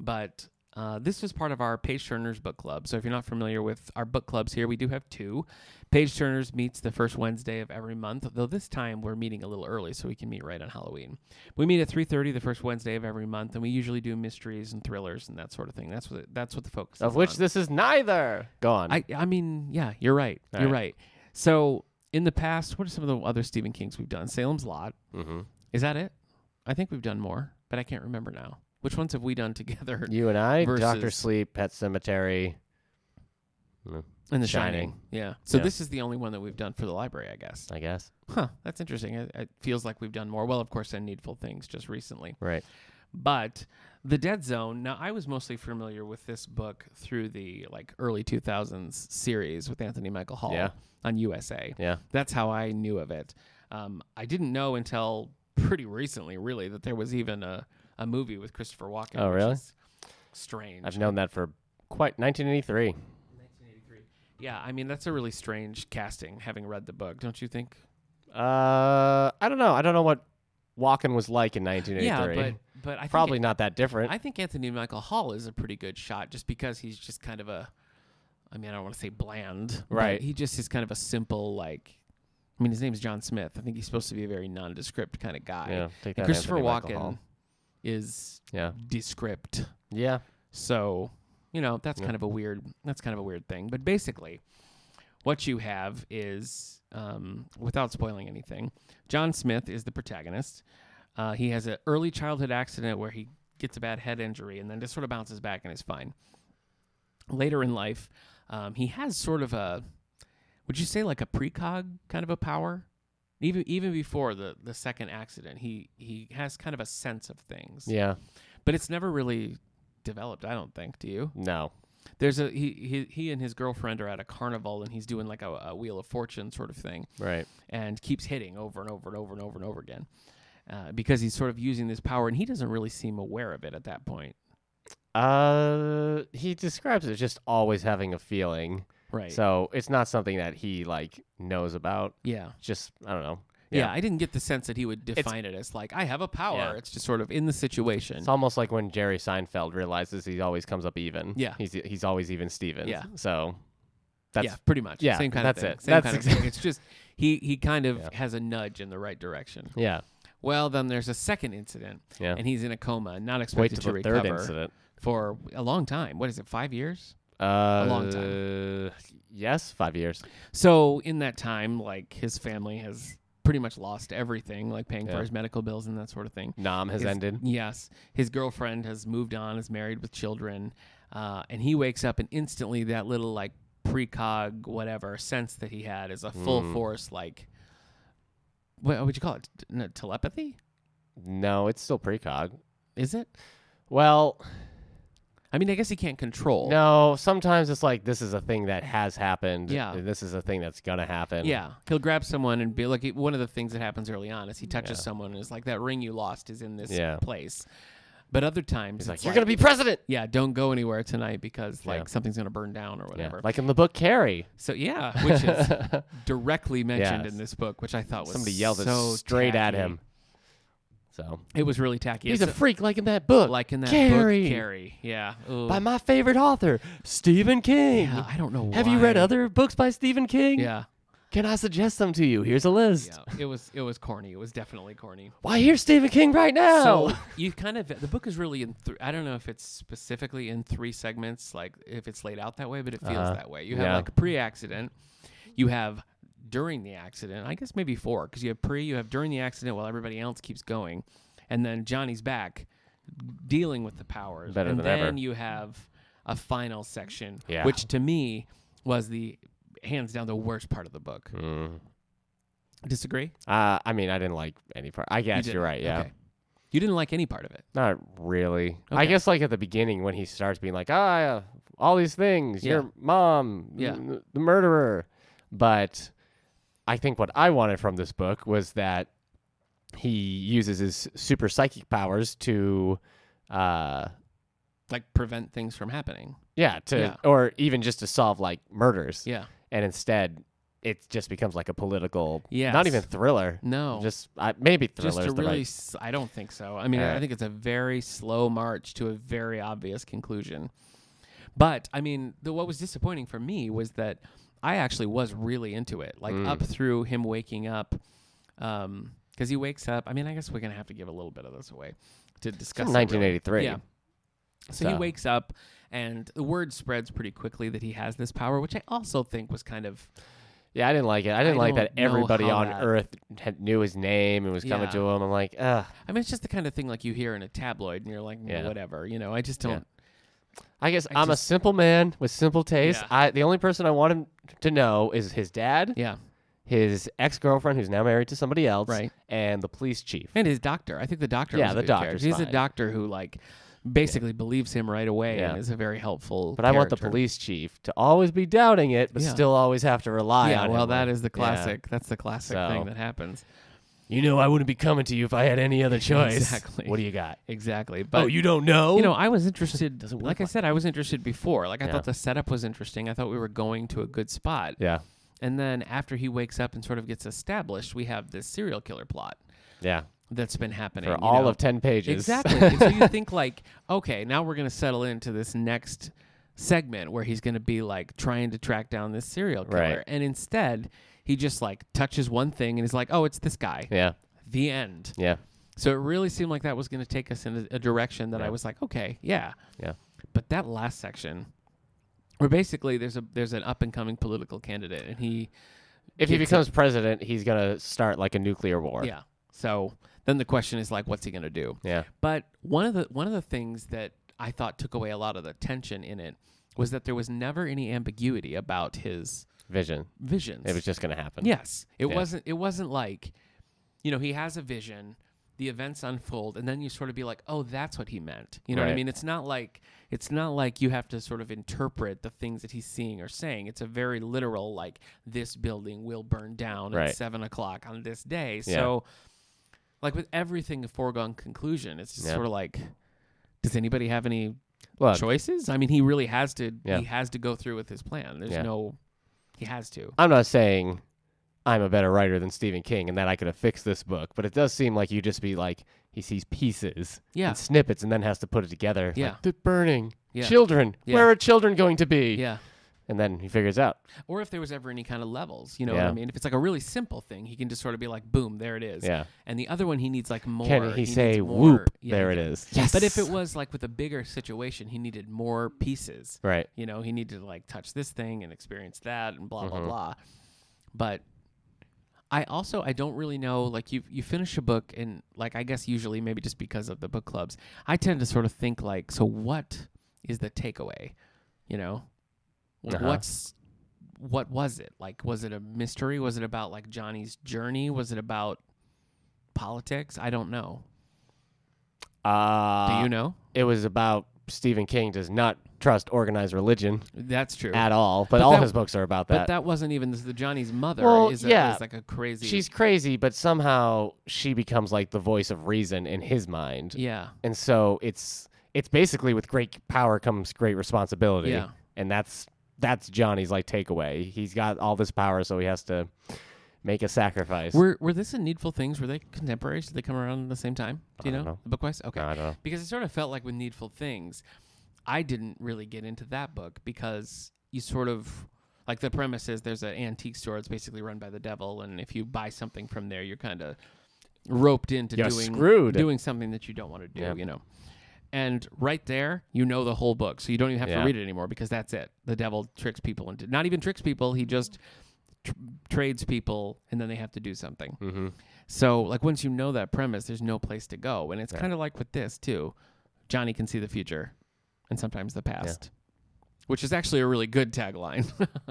Speaker 2: But uh, this was part of our Page Turners book club. So if you're not familiar with our book clubs here, we do have two. Page Turners meets the first Wednesday of every month, though this time we're meeting a little early so we can meet right on Halloween. We meet at 3:30 the first Wednesday of every month, and we usually do mysteries and thrillers and that sort of thing. That's what that's what the focus
Speaker 1: Of
Speaker 2: is
Speaker 1: which
Speaker 2: on.
Speaker 1: this is neither. Go on.
Speaker 2: I I mean, yeah, you're right.
Speaker 1: All
Speaker 2: you're
Speaker 1: right.
Speaker 2: right. So in the past, what are some of the other Stephen Kings we've done? Salem's Lot.
Speaker 1: mm-hmm.
Speaker 2: Is that it? I think we've done more, but I can't remember now. Which ones have we done together? [LAUGHS]
Speaker 1: You and I, Doctor
Speaker 2: er, versus-
Speaker 1: Sleep, Pet Cemetery.
Speaker 2: In The
Speaker 1: Shining.
Speaker 2: Shining. Yeah. So
Speaker 1: Yeah.
Speaker 2: this is the only one that we've done for the library, I guess.
Speaker 1: I guess.
Speaker 2: Huh. That's interesting. It, it feels like we've done more. Well, of course, and Needful Things just recently.
Speaker 1: Right.
Speaker 2: But The Dead Zone. Now, I was mostly familiar with this book through the like early 2000s series with Anthony Michael Hall
Speaker 1: Yeah.
Speaker 2: on USA.
Speaker 1: Yeah.
Speaker 2: That's how I knew of it. Um, I didn't know until pretty recently, really, that there was even a, a movie with Christopher Walken.
Speaker 1: Oh,
Speaker 2: which
Speaker 1: really?
Speaker 2: is Strange.
Speaker 1: I've known that for quite 1983.
Speaker 2: 1983. Yeah, I mean that's a really strange casting. Having read the book, don't you think?
Speaker 1: Uh, I don't know. I don't know what Walken was like in
Speaker 2: Yeah,
Speaker 1: 1983.
Speaker 2: but but I
Speaker 1: probably
Speaker 2: think,
Speaker 1: not that different.
Speaker 2: I think Anthony Michael Hall is a pretty good shot, just because he's just kind of a. I mean, I don't want to say bland, but
Speaker 1: Right.
Speaker 2: he just is kind of a simple like. I mean, his name's John Smith. I think he's supposed to be a very nondescript kind of guy.
Speaker 1: yeah, take
Speaker 2: and
Speaker 1: that,
Speaker 2: Christopher
Speaker 1: Anthony Michael
Speaker 2: Walken
Speaker 1: Hall.
Speaker 2: is
Speaker 1: Yeah.
Speaker 2: descript.
Speaker 1: Yeah.
Speaker 2: So, you know, that's
Speaker 1: Yeah.
Speaker 2: kind of a weird that's kind of a weird thing. But basically, what you have is um, without spoiling anything, John Smith is the protagonist. Uh, he has an early childhood accident where he gets a bad head injury and then just sort of bounces back and is fine. Later in life, um, he has sort of a would you say like a precog kind of a power? Even even before the, the second accident, he he has kind of a sense of things
Speaker 1: Yeah.
Speaker 2: but it's never really developed. I don't think. Do you?
Speaker 1: No.
Speaker 2: There's a he he he and his girlfriend are at a carnival and he's doing like a, a wheel of fortune sort of thing
Speaker 1: Right.
Speaker 2: and keeps hitting over and over and over and over and over again uh, because he's sort of using this power and he doesn't really seem aware of it at that point.
Speaker 1: Uh, he describes it as just always having a feeling.
Speaker 2: Right.
Speaker 1: So it's not something that he like knows about.
Speaker 2: yeah.
Speaker 1: Just I don't know.
Speaker 2: yeah.
Speaker 1: Yeah.
Speaker 2: I didn't get the sense that he would define it as like I have a power.
Speaker 1: Yeah.
Speaker 2: It's just sort of in the situation.
Speaker 1: It's almost like when Jerry Seinfeld realizes he always comes up even.
Speaker 2: Yeah.
Speaker 1: He's he's always even Stevens.
Speaker 2: Yeah.
Speaker 1: So that's
Speaker 2: yeah, pretty much.
Speaker 1: yeah,
Speaker 2: Same kind
Speaker 1: that's
Speaker 2: of thing.
Speaker 1: it.
Speaker 2: Same
Speaker 1: That's
Speaker 2: kind of
Speaker 1: exact-
Speaker 2: thing. It's just he he kind of
Speaker 1: Yeah.
Speaker 2: has a nudge in the right direction.
Speaker 1: yeah.
Speaker 2: Well, then there's a second incident,
Speaker 1: Yeah.
Speaker 2: and he's in a coma, and not
Speaker 1: Wait
Speaker 2: expected
Speaker 1: till the
Speaker 2: to
Speaker 1: third
Speaker 2: recover
Speaker 1: incident.
Speaker 2: for a long time. What is it? Five years.
Speaker 1: Uh,
Speaker 2: long
Speaker 1: Yes, five years.
Speaker 2: So in that time, like his family has pretty much lost everything, like paying
Speaker 1: Yeah.
Speaker 2: for his medical bills and that sort of thing.
Speaker 1: Nom has
Speaker 2: His-
Speaker 1: ended.
Speaker 2: Yes, his girlfriend has moved on, is married with children, uh, and he wakes up and instantly that little like precog whatever sense that he had is a full
Speaker 1: Mm.
Speaker 2: force like. What would you call it? T- no, telepathy?
Speaker 1: No, it's still precog.
Speaker 2: Is it?
Speaker 1: Well,
Speaker 2: I mean, I guess he can't control.
Speaker 1: no. Sometimes it's like this is a thing that has happened.
Speaker 2: Yeah.
Speaker 1: and This is a thing that's gonna happen.
Speaker 2: Yeah, he'll grab someone and be like. One of the things that happens early on is he touches
Speaker 1: Yeah.
Speaker 2: someone and is like, "That ring you lost is in this
Speaker 1: Yeah.
Speaker 2: place." But other times,
Speaker 1: He's
Speaker 2: it's
Speaker 1: like, you're gonna be president.
Speaker 2: yeah, don't go anywhere tonight because like
Speaker 1: Yeah.
Speaker 2: something's gonna burn down or
Speaker 1: Yeah.
Speaker 2: whatever.
Speaker 1: Like in the book Carrie.
Speaker 2: so yeah, which is
Speaker 1: [LAUGHS]
Speaker 2: directly mentioned
Speaker 1: Yes.
Speaker 2: in this book, which I thought was
Speaker 1: Somebody yelled it
Speaker 2: so
Speaker 1: straight at
Speaker 2: tacky.
Speaker 1: him. So
Speaker 2: It was really tacky.
Speaker 1: he's a
Speaker 2: It's
Speaker 1: freak, like in that book,
Speaker 2: like in that
Speaker 1: Carrie,
Speaker 2: book, Carrie. Yeah, Ooh.
Speaker 1: by my favorite author, Stephen King.
Speaker 2: yeah, I don't know.
Speaker 1: Have you read
Speaker 2: why.
Speaker 1: other books by Stephen King?
Speaker 2: Yeah,
Speaker 1: Can I suggest some to you? Here's a list.
Speaker 2: yeah. It was it was corny. It was definitely corny.
Speaker 1: Why here's Stephen King right now? [LAUGHS]
Speaker 2: So you kind of the book is really in. Th- I don't know if it's specifically in three segments, like if it's laid out that way, but it feels
Speaker 1: Uh-huh.
Speaker 2: that way. You have
Speaker 1: Yeah.
Speaker 2: like pre-accident, you have during the accident. I guess maybe four because you have pre, you have during the accident while everybody else keeps going, and then Johnny's back dealing with the powers.
Speaker 1: Better
Speaker 2: and
Speaker 1: than
Speaker 2: then
Speaker 1: ever.
Speaker 2: you have a final section,
Speaker 1: Yeah.
Speaker 2: which to me was the hands down the worst part of the book.
Speaker 1: Mm.
Speaker 2: Disagree?
Speaker 1: Uh, I mean, I didn't like any part. I guess
Speaker 2: didn't.
Speaker 1: you are right. Yeah,
Speaker 2: Okay. You didn't like any part of it.
Speaker 1: not really. I
Speaker 2: Okay.
Speaker 1: guess like at the beginning when he starts being like, ah, yeah, all these things,
Speaker 2: Yeah.
Speaker 1: your mom,
Speaker 2: Yeah.
Speaker 1: m- the murderer. But I think what I wanted from this book was that he uses his super psychic powers to, uh,
Speaker 2: Like prevent things from happening.
Speaker 1: yeah, to
Speaker 2: Yeah.
Speaker 1: or even just to solve like murders.
Speaker 2: Yeah.
Speaker 1: and instead it just becomes like a political
Speaker 2: Yes.
Speaker 1: not even thriller
Speaker 2: No.
Speaker 1: just I, maybe
Speaker 2: just
Speaker 1: thriller
Speaker 2: to
Speaker 1: is the
Speaker 2: really
Speaker 1: right
Speaker 2: s- i don't think so i mean i
Speaker 1: Uh,
Speaker 2: think it's a very slow march to a very obvious conclusion but i mean the, what was disappointing for me was that i actually was really into it like
Speaker 1: Mm.
Speaker 2: up through him waking up um because he wakes up i mean i guess we're gonna have to give a little bit of this away to discuss
Speaker 1: It's
Speaker 2: it
Speaker 1: from
Speaker 2: really.
Speaker 1: 1983
Speaker 2: Yeah. So, he
Speaker 1: So.
Speaker 2: wakes up, and the word spreads pretty quickly that he has this power, which I also think was kind of
Speaker 1: Yeah, i didn't like it i didn't
Speaker 2: I
Speaker 1: like that
Speaker 2: don't know
Speaker 1: everybody
Speaker 2: how
Speaker 1: on
Speaker 2: that-
Speaker 1: earth had, knew his name and was coming
Speaker 2: Yeah.
Speaker 1: to him i'm like ugh
Speaker 2: I mean, it's just the kind of thing like you hear in a tabloid, and you're like, "Mm,
Speaker 1: Yeah.
Speaker 2: whatever, you know. I just
Speaker 1: Yeah.
Speaker 2: don't.
Speaker 1: i guess
Speaker 2: I
Speaker 1: I am
Speaker 2: just-
Speaker 1: a simple man with simple taste
Speaker 2: Yeah.
Speaker 1: i the only person i want him to know is his dad
Speaker 2: Yeah,
Speaker 1: his ex-girlfriend who's now married to somebody else
Speaker 2: Right.
Speaker 1: and the police chief
Speaker 2: and his doctor. I think the doctor.
Speaker 1: Yeah,
Speaker 2: was a
Speaker 1: the
Speaker 2: good
Speaker 1: doctor's
Speaker 2: character. He's a
Speaker 1: fine.
Speaker 2: doctor who like basically believes him right away
Speaker 1: Yeah.
Speaker 2: and is a very helpful.
Speaker 1: but I want the
Speaker 2: character.
Speaker 1: police chief to always be doubting it, but
Speaker 2: Yeah.
Speaker 1: still always have to rely
Speaker 2: Yeah,
Speaker 1: on
Speaker 2: well,
Speaker 1: him.
Speaker 2: that
Speaker 1: like,
Speaker 2: is the
Speaker 1: yeah.
Speaker 2: classic. That's the classic thing
Speaker 1: So-
Speaker 2: that happens.
Speaker 1: You know, I wouldn't be coming to you if I had any other choice.
Speaker 2: Exactly.
Speaker 1: What do you got?
Speaker 2: Exactly. But
Speaker 1: oh, you don't know?
Speaker 2: you know, I was
Speaker 1: [LAUGHS]
Speaker 2: interested.
Speaker 1: Doesn't work
Speaker 2: like I
Speaker 1: like
Speaker 2: said, I was interested before. Like I
Speaker 1: Yeah.
Speaker 2: thought the setup was interesting. I thought we were going to a good spot.
Speaker 1: yeah,
Speaker 2: And then after he wakes up and sort of gets established, we have this serial killer plot
Speaker 1: yeah.
Speaker 2: that's been happening
Speaker 1: For
Speaker 2: you
Speaker 1: all
Speaker 2: know?
Speaker 1: of ten pages.
Speaker 2: Exactly. and so you think like, okay, now we're gonna settle into this next segment where he's gonna be like trying to track down this serial killer,
Speaker 1: Right.
Speaker 2: and instead he just like touches one thing and is like, oh, it's this guy.
Speaker 1: [LAUGHS] yeah,
Speaker 2: The end.
Speaker 1: yeah,
Speaker 2: So it really seemed like that was gonna take us in a, a direction that I
Speaker 1: Yeah.
Speaker 2: was like, okay, yeah,
Speaker 1: Yeah.
Speaker 2: But that last section, where basically there's a there's an up and coming political candidate, and he
Speaker 1: If he
Speaker 2: Gets
Speaker 1: becomes president, he's gonna start like a nuclear war.
Speaker 2: yeah. So then the question is like, what's he gonna do?
Speaker 1: yeah,
Speaker 2: But one of the one of the things that I thought took away a lot of the tension in it was that there was never any ambiguity about his
Speaker 1: vision.
Speaker 2: visions.
Speaker 1: It was just gonna happen.
Speaker 2: yes, it
Speaker 1: Yeah.
Speaker 2: wasn't. It wasn't like, you know, he has a vision, the events unfold, and then you sort of be like, oh, that's what he meant. You know what I
Speaker 1: Right.
Speaker 2: mean? It's not like it's not like you have to sort of interpret the things that he's seeing or saying. It's a very literal like this building will burn down
Speaker 1: Right.
Speaker 2: at seven o'clock on this day.
Speaker 1: Yeah.
Speaker 2: So like with everything a foregone conclusion it's just
Speaker 1: Yeah.
Speaker 2: sort of like does anybody have any
Speaker 1: Look,
Speaker 2: choices i mean he really has to
Speaker 1: Yeah.
Speaker 2: he has to go through with his plan there's
Speaker 1: Yeah.
Speaker 2: no he has to
Speaker 1: I'm not saying I'm a better writer than Stephen King and that I could have fixed this book, but it does seem like you just be like he sees pieces
Speaker 2: Yeah.
Speaker 1: and snippets and then has to put it together. Like,
Speaker 2: Yeah.
Speaker 1: the burning.
Speaker 2: Yeah.
Speaker 1: Children.
Speaker 2: Yeah.
Speaker 1: Where are children going to be?
Speaker 2: yeah
Speaker 1: And then he figures out.
Speaker 2: or if there was ever any kind of levels you know what i
Speaker 1: Yeah.
Speaker 2: mean if it's like a really simple thing he can just sort of be like boom there it is
Speaker 1: Yeah.
Speaker 2: and the other one he needs like more
Speaker 1: Can he,
Speaker 2: needs
Speaker 1: say
Speaker 2: more.
Speaker 1: whoop?
Speaker 2: Yeah,
Speaker 1: there
Speaker 2: he
Speaker 1: it
Speaker 2: can.
Speaker 1: is. Yes.
Speaker 2: but if it was like with a bigger situation he needed more pieces
Speaker 1: Right.
Speaker 2: you know he needed to like touch this thing and experience that and blah blah
Speaker 1: Mhm.
Speaker 2: blah but i also i don't really know like you you finish a book and like i guess usually maybe just because of the book clubs i tend to sort of think like so what is the takeaway you know Wh-
Speaker 1: Uh-huh.
Speaker 2: what's what was it like was it a mystery was it about like johnny's journey was it about politics i don't know do
Speaker 1: Uh,
Speaker 2: you know
Speaker 1: It was about Stephen King does not trust organized religion
Speaker 2: that's true
Speaker 1: at all, but,
Speaker 2: But
Speaker 1: all
Speaker 2: that-
Speaker 1: his books are about
Speaker 2: but
Speaker 1: that.
Speaker 2: that wasn't even this, the johnny's mother
Speaker 1: Well,
Speaker 2: is, a,
Speaker 1: yeah.
Speaker 2: is like a crazy
Speaker 1: She's crazy, but somehow she becomes like the voice of reason in his mind,
Speaker 2: yeah
Speaker 1: and so it's it's basically with great power comes great responsibility,
Speaker 2: Yeah.
Speaker 1: and that's that's Johnny's like takeaway. He's got all this power, so he has to make a sacrifice.
Speaker 2: Were were this in Needful Things? Were they contemporaries? Did they come around at the same time? Do you
Speaker 1: I
Speaker 2: know,
Speaker 1: don't know.
Speaker 2: book wise? Okay,
Speaker 1: No, I don't know.
Speaker 2: because it sort of felt like with Needful Things, I didn't really get into that book because you sort of like the premise is there's an antique store that's basically run by the devil, and if you buy something from there, you're kind of roped into
Speaker 1: You're
Speaker 2: doing
Speaker 1: screwed.
Speaker 2: doing something that you don't want to do.
Speaker 1: Yeah.
Speaker 2: You know. And right there, you know the whole book, so you don't even have to
Speaker 1: Yeah.
Speaker 2: read it anymore because that's it. The devil tricks people into not even tricks people; he just tr- trades people, and then they have to do something.
Speaker 1: Mm-hmm.
Speaker 2: So, like, once you know that premise, there's no place to go. And it's kind of like with this, too. Johnny can see the future and sometimes the past. which is actually a really good tagline, [LAUGHS]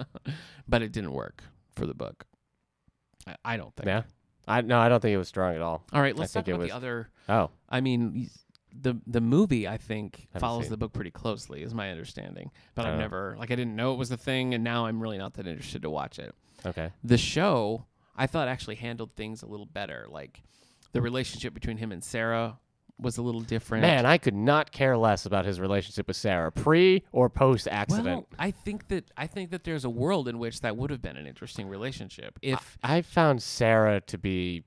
Speaker 2: but it didn't work for the book. I, I don't think.
Speaker 1: Yeah. I no, I don't think it was strong at all.
Speaker 2: All right, let's talk
Speaker 1: think it
Speaker 2: about
Speaker 1: was-
Speaker 2: the other.
Speaker 1: Oh,
Speaker 2: I mean, y- the the movie I think
Speaker 1: Haven't
Speaker 2: follows
Speaker 1: seen
Speaker 2: the book pretty closely, is my understanding. But
Speaker 1: Oh.
Speaker 2: I've never like I didn't know it was the thing, and now I'm really not that interested to watch it.
Speaker 1: okay.
Speaker 2: The show I thought actually handled things a little better. Like the relationship between him and Sarah was a little different.
Speaker 1: Man, I could not care less about his relationship with Sarah, pre or post accident.
Speaker 2: Well, I think that I think that there's a world in which that would have been an interesting relationship if
Speaker 1: I found Sarah to be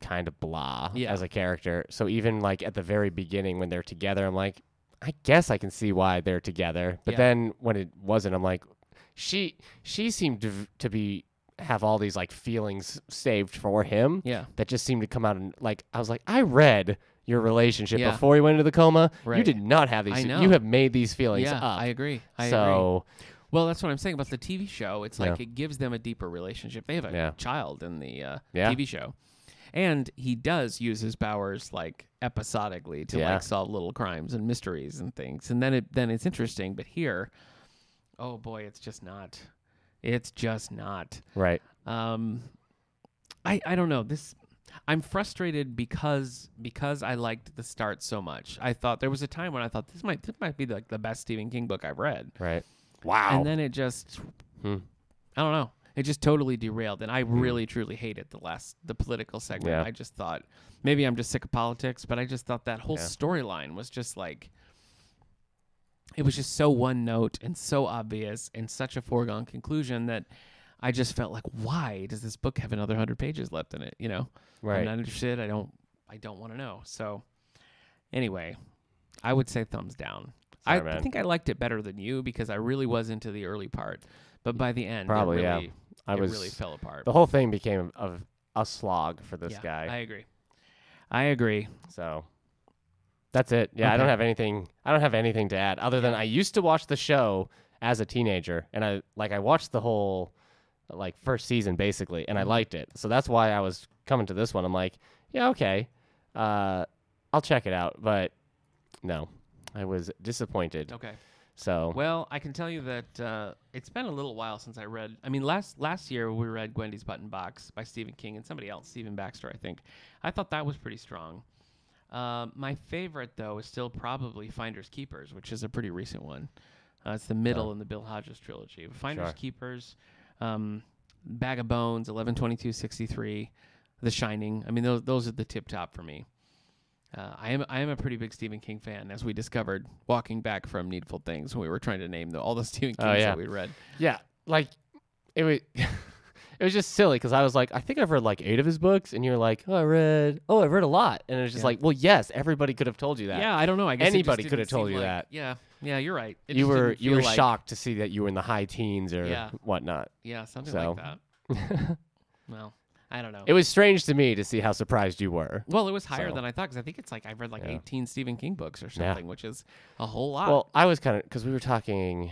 Speaker 1: kind of blah
Speaker 2: Yeah.
Speaker 1: as a character. So even like at the very beginning when they're together, I'm like, I guess I can see why they're together. But
Speaker 2: Yeah.
Speaker 1: then when it wasn't, I'm like, she she seemed to, v- to be have all these like feelings saved for him.
Speaker 2: yeah.
Speaker 1: that just seemed to come out and like I was like, I read your relationship
Speaker 2: Yeah.
Speaker 1: before you went into the coma. You
Speaker 2: Right.
Speaker 1: did not have these.
Speaker 2: I
Speaker 1: You
Speaker 2: know.
Speaker 1: have made these feelings
Speaker 2: Yeah,
Speaker 1: up.
Speaker 2: I agree. I agree.
Speaker 1: so
Speaker 2: Well, that's what I'm saying about the TV show. It's like
Speaker 1: Yeah.
Speaker 2: it gives them a deeper relationship. They have a
Speaker 1: Yeah.
Speaker 2: child in the uh,
Speaker 1: Yeah.
Speaker 2: TV show, and he does use his powers like episodically to
Speaker 1: Yeah.
Speaker 2: like solve little crimes and mysteries and things. And then it then it's interesting. But here, oh boy, it's just not. It's just not.
Speaker 1: right,
Speaker 2: Um, I I don't know this. I'm frustrated because because I liked the start so much. I thought there was a time when I thought this might this might be like the best Stephen King book I've read,
Speaker 1: right. Wow.
Speaker 2: and then it just
Speaker 1: Hmm.
Speaker 2: I don't know. It just totally derailed, and I really truly hated the last the political segment.
Speaker 1: Yeah.
Speaker 2: I just thought maybe I'm just sick of politics, but I just thought that whole
Speaker 1: Yeah.
Speaker 2: storyline was just like it was just so one note and so obvious and such a foregone conclusion that I just felt like, why does this book have another hundred pages left in it? You know,
Speaker 1: right.
Speaker 2: I'm not interested. I don't. I don't want to know. So, anyway, I would say thumbs down. I,
Speaker 1: Sorry,
Speaker 2: I
Speaker 1: man.
Speaker 2: think I liked it better than you because I really was into the early part, but by the end,
Speaker 1: Probably,
Speaker 2: it
Speaker 1: yeah.
Speaker 2: really,
Speaker 1: I
Speaker 2: it
Speaker 1: was.
Speaker 2: really fell apart.
Speaker 1: the whole thing became of a slog for this
Speaker 2: Yeah, I
Speaker 1: guy.
Speaker 2: agree. I agree.
Speaker 1: so that's it. Yeah, I don't
Speaker 2: Okay.
Speaker 1: have anything. I don't have anything to add other than I used to watch the show as a teenager, and I like I watched the whole like first season basically,
Speaker 2: Mm-hmm.
Speaker 1: and I liked it. So that's why I was coming to this one. I'm like, yeah, okay, uh, I'll check it out. But no, I was disappointed.
Speaker 2: Okay.
Speaker 1: So
Speaker 2: Well, I can tell you that uh, it's been a little while since I read. I mean, last last year we read Gwendy's Button Box by Stephen King and somebody else, Stephen Baxter, I think. I thought that was pretty strong. Um my favorite though is still probably Finders Keepers, which is a pretty recent one. Uh, it's the middle in the Bill Hodges trilogy. Finders
Speaker 1: Sure.
Speaker 2: Keepers, um, Bag of Bones, eleven twenty two sixty three, The Shining. I mean, those those are the tip top for me. Uh, I am I am a pretty big Stephen King fan, as we discovered walking back from Needful Things when we were trying to name the, [LAUGHS] all the Stephen
Speaker 1: Oh,
Speaker 2: Kings
Speaker 1: yeah.
Speaker 2: that we read.
Speaker 1: Yeah, like it was. [LAUGHS] it was just silly because I was like, I think I've read like eight of his books, and you're like, oh, I read, oh, I've read a lot, and it's just
Speaker 2: Yeah.
Speaker 1: like, well, yes, everybody could have told you that.
Speaker 2: Yeah, I don't know. I guess it just
Speaker 1: Anybody
Speaker 2: didn't
Speaker 1: could have told
Speaker 2: seem
Speaker 1: you
Speaker 2: like-
Speaker 1: that.
Speaker 2: Yeah, yeah, you're right. It
Speaker 1: you
Speaker 2: just
Speaker 1: were
Speaker 2: didn't
Speaker 1: you
Speaker 2: feel
Speaker 1: were
Speaker 2: like-
Speaker 1: shocked to see that you were in the high teens or
Speaker 2: Yeah.
Speaker 1: whatnot.
Speaker 2: Yeah, something
Speaker 1: So.
Speaker 2: like that.
Speaker 1: [LAUGHS]
Speaker 2: well, I don't know.
Speaker 1: It was strange to me to see how surprised you were.
Speaker 2: well, it was higher
Speaker 1: so.
Speaker 2: than I thought because I think it's like I've read like
Speaker 1: Yeah.
Speaker 2: 18 Stephen King books or
Speaker 1: Yeah.
Speaker 2: something, which is a whole lot.
Speaker 1: Well, I was kind of because we were talking.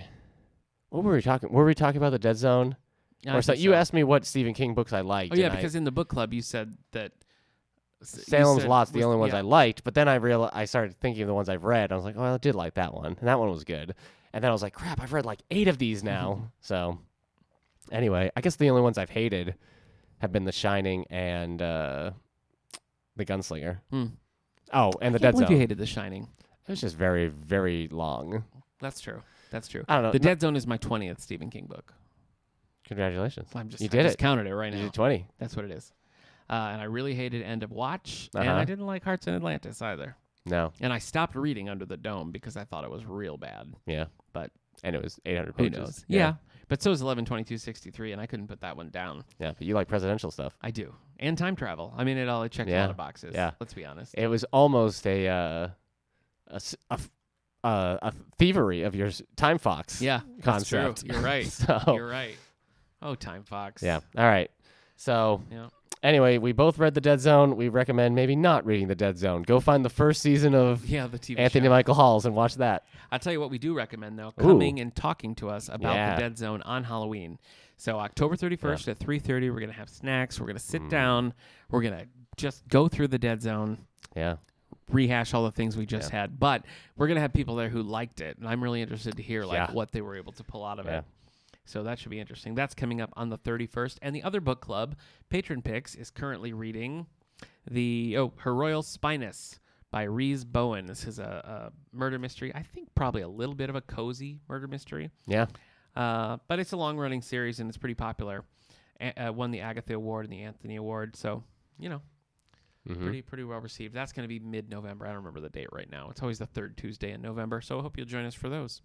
Speaker 1: What were we talking? Were we talking about the Dead Zone?
Speaker 2: Yeah, I
Speaker 1: or so,
Speaker 2: think
Speaker 1: you asked me what Stephen King books I liked.
Speaker 2: Oh yeah,
Speaker 1: and I-
Speaker 2: because in the book club you said that s- you
Speaker 1: Salem's
Speaker 2: said
Speaker 1: Lot's the
Speaker 2: was-
Speaker 1: only ones
Speaker 2: yeah.
Speaker 1: I liked, but then I real I started thinking of the ones I've read. I was like, oh, I did like that one, and that one was good. And then I was like, crap, I've read like eight of these
Speaker 2: Mm-hmm.
Speaker 1: now. so, anyway, I guess the only ones I've hated have been The Shining and uh, The Gunslinger.
Speaker 2: Hmm.
Speaker 1: Oh, and The
Speaker 2: I can't
Speaker 1: Dead
Speaker 2: believe
Speaker 1: Zone.
Speaker 2: you hated The Shining.
Speaker 1: It was just very, very long.
Speaker 2: That's true. That's true.
Speaker 1: I don't know.
Speaker 2: The
Speaker 1: Uh, No-
Speaker 2: Dead Zone is my 20th Stephen King book.
Speaker 1: Congratulations,
Speaker 2: I'm just
Speaker 1: You
Speaker 2: I
Speaker 1: did
Speaker 2: just
Speaker 1: it.
Speaker 2: counted it right
Speaker 1: you
Speaker 2: now.
Speaker 1: did twenty.
Speaker 2: That's what it is. Uh, and I really hated End of Watch, and
Speaker 1: Uh-huh.
Speaker 2: I didn't like Hearts in Atlantis either.
Speaker 1: No,
Speaker 2: And I stopped reading Under the Dome because I thought it was real bad.
Speaker 1: yeah,
Speaker 2: But
Speaker 1: and it was eight hundred
Speaker 2: who
Speaker 1: pages.
Speaker 2: knows? Yeah. But so is 112263, and I couldn't put that one down.
Speaker 1: yeah, but you like presidential stuff.
Speaker 2: I do. And time travel. I mean, it all it checks a
Speaker 1: Yeah.
Speaker 2: lot of boxes.
Speaker 1: Yeah.
Speaker 2: Let's be honest.
Speaker 1: it was almost a uh, a, s- a f- uh, a thievery of your s- time fox
Speaker 2: yeah. that's true.
Speaker 1: concept.
Speaker 2: You're
Speaker 1: [LAUGHS]
Speaker 2: right.
Speaker 1: so
Speaker 2: You're right. Oh, Time Fox.
Speaker 1: yeah, all right. So
Speaker 2: Yeah.
Speaker 1: anyway, we both read the Dead Zone. We recommend maybe not reading the Dead Zone. Go find the first season of
Speaker 2: Yeah, the TV
Speaker 1: Anthony
Speaker 2: show.
Speaker 1: Michael Hall's and watch that.
Speaker 2: I'll tell you what we do recommend though,
Speaker 1: Ooh.
Speaker 2: coming and talking to us about
Speaker 1: Yeah.
Speaker 2: the Dead Zone on Halloween. So October 31st at 3:30, we're gonna
Speaker 1: Mm.
Speaker 2: have snacks. We're gonna sit down. We're gonna just go through the Dead Zone,
Speaker 1: Yeah,
Speaker 2: rehash all the things we just had, but we're gonna have people there who liked it, and I'm really interested to hear like
Speaker 1: Yeah.
Speaker 2: what they were able to pull out of
Speaker 1: Yeah.
Speaker 2: it. So that should be interesting. That's coming up on the 31st. And the other book club, Patron Picks, is currently reading the oh Her Royal Spinus by Reese Bowen. This is a, a murder mystery. I think probably a little bit of a cozy murder mystery.
Speaker 1: Yeah.
Speaker 2: Uh, but it's a long running series and it's pretty popular. A- uh, won the Agatha Award and the Anthony Award, so you know,
Speaker 1: Mm-hmm.
Speaker 2: pretty pretty well received. That's going to be mid November. I don't remember the date right now. It's always the third Tuesday in November, so I hope you'll join us for those.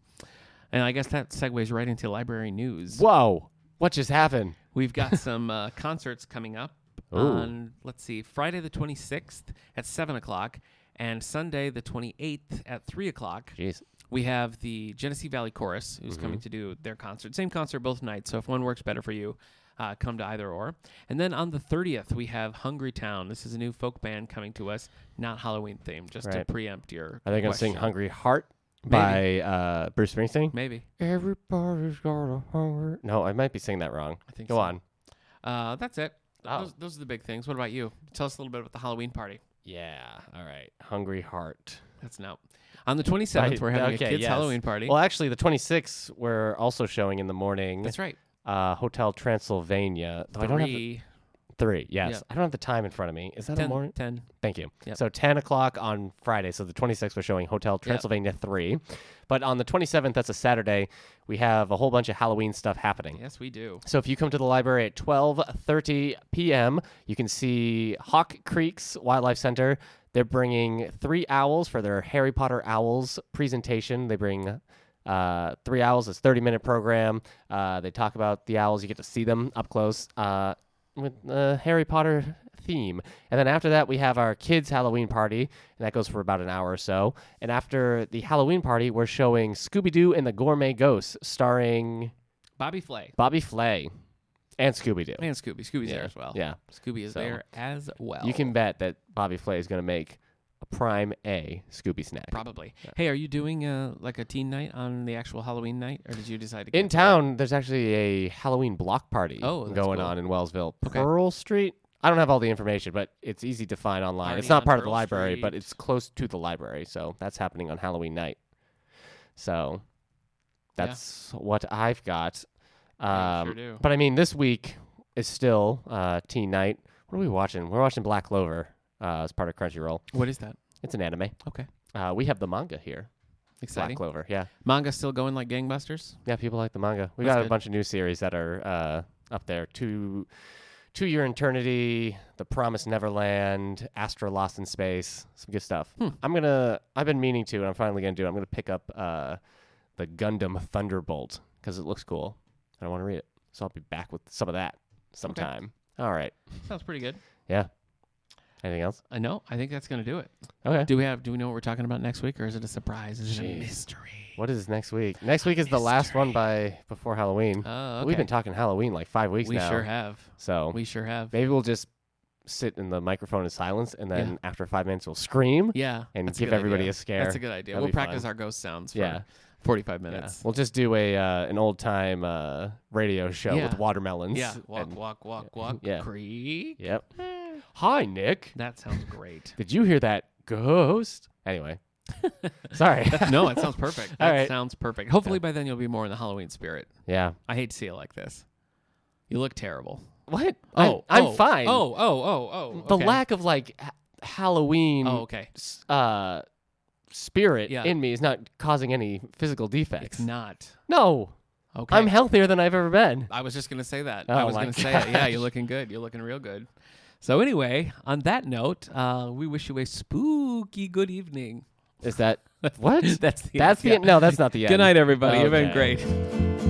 Speaker 2: And I guess that segues right into library news.
Speaker 1: Whoa. What just happened?
Speaker 2: We've
Speaker 1: [LAUGHS]
Speaker 2: got some uh, concerts coming up
Speaker 1: Ooh.
Speaker 2: on let's see, Friday the twenty sixth at seven o'clock, and Sunday the twenty eighth at three o'clock.
Speaker 1: Jeez.
Speaker 2: We have the Genesee Valley Chorus,
Speaker 1: Mm-hmm.
Speaker 2: who's coming to do their concert. Same concert both nights. So if one works better for you, uh, come to either or. And then on the 30th, we have Hungry Town. This is a new folk band coming to us, not Halloween themed, just to
Speaker 1: Right.
Speaker 2: preempt your.
Speaker 1: Are they going to
Speaker 2: question.
Speaker 1: sing Hungry Heart by uh, Bruce Springsteen?
Speaker 2: Maybe.
Speaker 1: Everybody's got a hunger. No, I might be saying that wrong.
Speaker 2: I think
Speaker 1: Go
Speaker 2: so.
Speaker 1: on.
Speaker 2: Uh, that's it.
Speaker 1: Oh.
Speaker 2: Those, those are the big things. What about you? Tell us a little bit about the Halloween party.
Speaker 1: Yeah. All right. Hungry Heart.
Speaker 2: That's now. On the 27th,
Speaker 1: Right,
Speaker 2: we're having
Speaker 1: okay,
Speaker 2: a kids'
Speaker 1: yes.
Speaker 2: Halloween party.
Speaker 1: Well, actually, the 26th we're also showing in the morning.
Speaker 2: that's right.
Speaker 1: Uh, Hotel Transylvania. Though I don't have the-
Speaker 2: Three,
Speaker 1: three. Yes.
Speaker 2: Yeah.
Speaker 1: I don't have the time in front of me. Is that a
Speaker 2: ten,
Speaker 1: morning?
Speaker 2: ten.
Speaker 1: Thank you.
Speaker 2: Yep.
Speaker 1: So 10 o'clock on Friday. So the 26th, we're showing Hotel Transylvania 3. But on the 27th, that's a Saturday, we have a whole bunch of Halloween stuff happening.
Speaker 2: Yes, we do.
Speaker 1: So if you come to the library at 12:30 p.m., you can see Hawk Creek's Wildlife Center. They're bringing three owls for their Harry Potter owls presentation. They bring uh, three owls. It's a 30 minute program. Uh, they talk about the owls. You get to see them up close uh, with the Harry Potter theme. And then after that, we have our kids' Halloween party, and that goes for about an hour or so. And after the Halloween party, we're showing Scooby Doo and the Gourmet Ghosts, starring
Speaker 2: Bobby Flay
Speaker 1: Bobby Flay and Scooby Doo.
Speaker 2: and Scooby. Scooby's there as well.
Speaker 1: Yeah.
Speaker 2: Scooby is
Speaker 1: So,
Speaker 2: there as well.
Speaker 1: You can bet that Bobby Flay is going to make a prime A Scooby snack.
Speaker 2: probably. Hey, are you doing uh, like a teen night on the actual Halloween night, or did you decide to?
Speaker 1: in
Speaker 2: cancel that?
Speaker 1: town, there's actually a Halloween block party
Speaker 2: Oh, that's
Speaker 1: going
Speaker 2: cool.
Speaker 1: on in Wellsville,
Speaker 2: Okay.
Speaker 1: Pearl Street. I don't have all the information, but it's easy to find online.
Speaker 2: Party
Speaker 1: it's not
Speaker 2: on
Speaker 1: part of the
Speaker 2: Pearl
Speaker 1: library, but
Speaker 2: Street.
Speaker 1: it's close to the library, so that's happening on Halloween night. So
Speaker 2: Yeah.
Speaker 1: that's what I've got.
Speaker 2: Yeah, you
Speaker 1: Um,
Speaker 2: sure do.
Speaker 1: But I mean, this week is still uh, teen night. What are we watching? We're watching Black Clover uh, as part of Crunchyroll.
Speaker 2: What is that?
Speaker 1: It's an anime.
Speaker 2: Okay,
Speaker 1: Uh, we have the manga here.
Speaker 2: exciting.
Speaker 1: Black Clover. Yeah,
Speaker 2: Manga still going like gangbusters.
Speaker 1: yeah. People like the manga. We
Speaker 2: That's
Speaker 1: got
Speaker 2: good.
Speaker 1: a bunch of new series that are uh, up there. Two, Two Year Eternity, The Promised Neverland, Astro Lost in Space. Some good stuff.
Speaker 2: Hmm.
Speaker 1: I'm gonna. I've been meaning to, and I'm finally gonna do it. I'm gonna pick up uh, the Gundam Thunderbolt because it looks cool, and I want to read it. So I'll be back with some of that sometime. All right.
Speaker 2: Sounds pretty good.
Speaker 1: Yeah. Anything else?
Speaker 2: I know. I think that's gonna do it.
Speaker 1: Okay.
Speaker 2: Do we have? Do we know what we're talking about next week, or is it a surprise? Is it a
Speaker 1: Jeez.
Speaker 2: mystery?
Speaker 1: What is next week? Next week is the last one by before Halloween.
Speaker 2: Oh,
Speaker 1: We've
Speaker 2: okay.
Speaker 1: been talking Halloween like five weeks
Speaker 2: We
Speaker 1: now.
Speaker 2: sure have.
Speaker 1: So
Speaker 2: We sure have.
Speaker 1: maybe we'll just sit in the microphone in silence, and then after five minutes, we'll scream.
Speaker 2: Yeah.
Speaker 1: and
Speaker 2: that's a
Speaker 1: give
Speaker 2: good
Speaker 1: everybody
Speaker 2: idea.
Speaker 1: a scare.
Speaker 2: That's a good idea.
Speaker 1: That'd
Speaker 2: we'll
Speaker 1: be
Speaker 2: practice
Speaker 1: fun.
Speaker 2: our ghost sounds for
Speaker 1: Yeah.
Speaker 2: 45
Speaker 1: Yeah.
Speaker 2: minutes.
Speaker 1: We'll just do a uh, an old time uh, radio show
Speaker 2: Yeah.
Speaker 1: with watermelons.
Speaker 2: Yeah. Walk,
Speaker 1: and-
Speaker 2: walk, walk, walk.
Speaker 1: Yeah.
Speaker 2: Creak.
Speaker 1: Yep.
Speaker 2: Eh.
Speaker 1: Hi, Nick.
Speaker 2: That sounds
Speaker 1: [LAUGHS]
Speaker 2: great.
Speaker 1: Did you hear that ghost?
Speaker 2: [LAUGHS]
Speaker 1: Anyway, sorry. [LAUGHS]
Speaker 2: no, it sounds perfect. That
Speaker 1: All right.
Speaker 2: sounds perfect. Hopefully by then you'll be more in the Halloween spirit.
Speaker 1: yeah.
Speaker 2: I hate to see you like this. You look terrible.
Speaker 1: What? I'm- I'm, fine.
Speaker 2: Oh, oh, oh, oh.
Speaker 1: the
Speaker 2: okay.
Speaker 1: lack of like ha- Halloween
Speaker 2: Oh, okay.
Speaker 1: s- uh, spirit
Speaker 2: Yeah.
Speaker 1: in me is not causing any physical defects.
Speaker 2: It's not.
Speaker 1: No,
Speaker 2: Okay.
Speaker 1: I'm healthier than I've ever been.
Speaker 2: I was just gonna say that.
Speaker 1: Oh
Speaker 2: I was
Speaker 1: my [LAUGHS]
Speaker 2: gonna say it. Yeah, you're looking good. You're looking real good. So anyway, on that note, uh, we wish you a spooky good evening.
Speaker 1: Is that what?
Speaker 2: [LAUGHS] That's the
Speaker 1: that's
Speaker 2: end, yeah.
Speaker 1: the no. That's not the end.
Speaker 2: Good night, everybody. You've been
Speaker 1: Okay.
Speaker 2: great.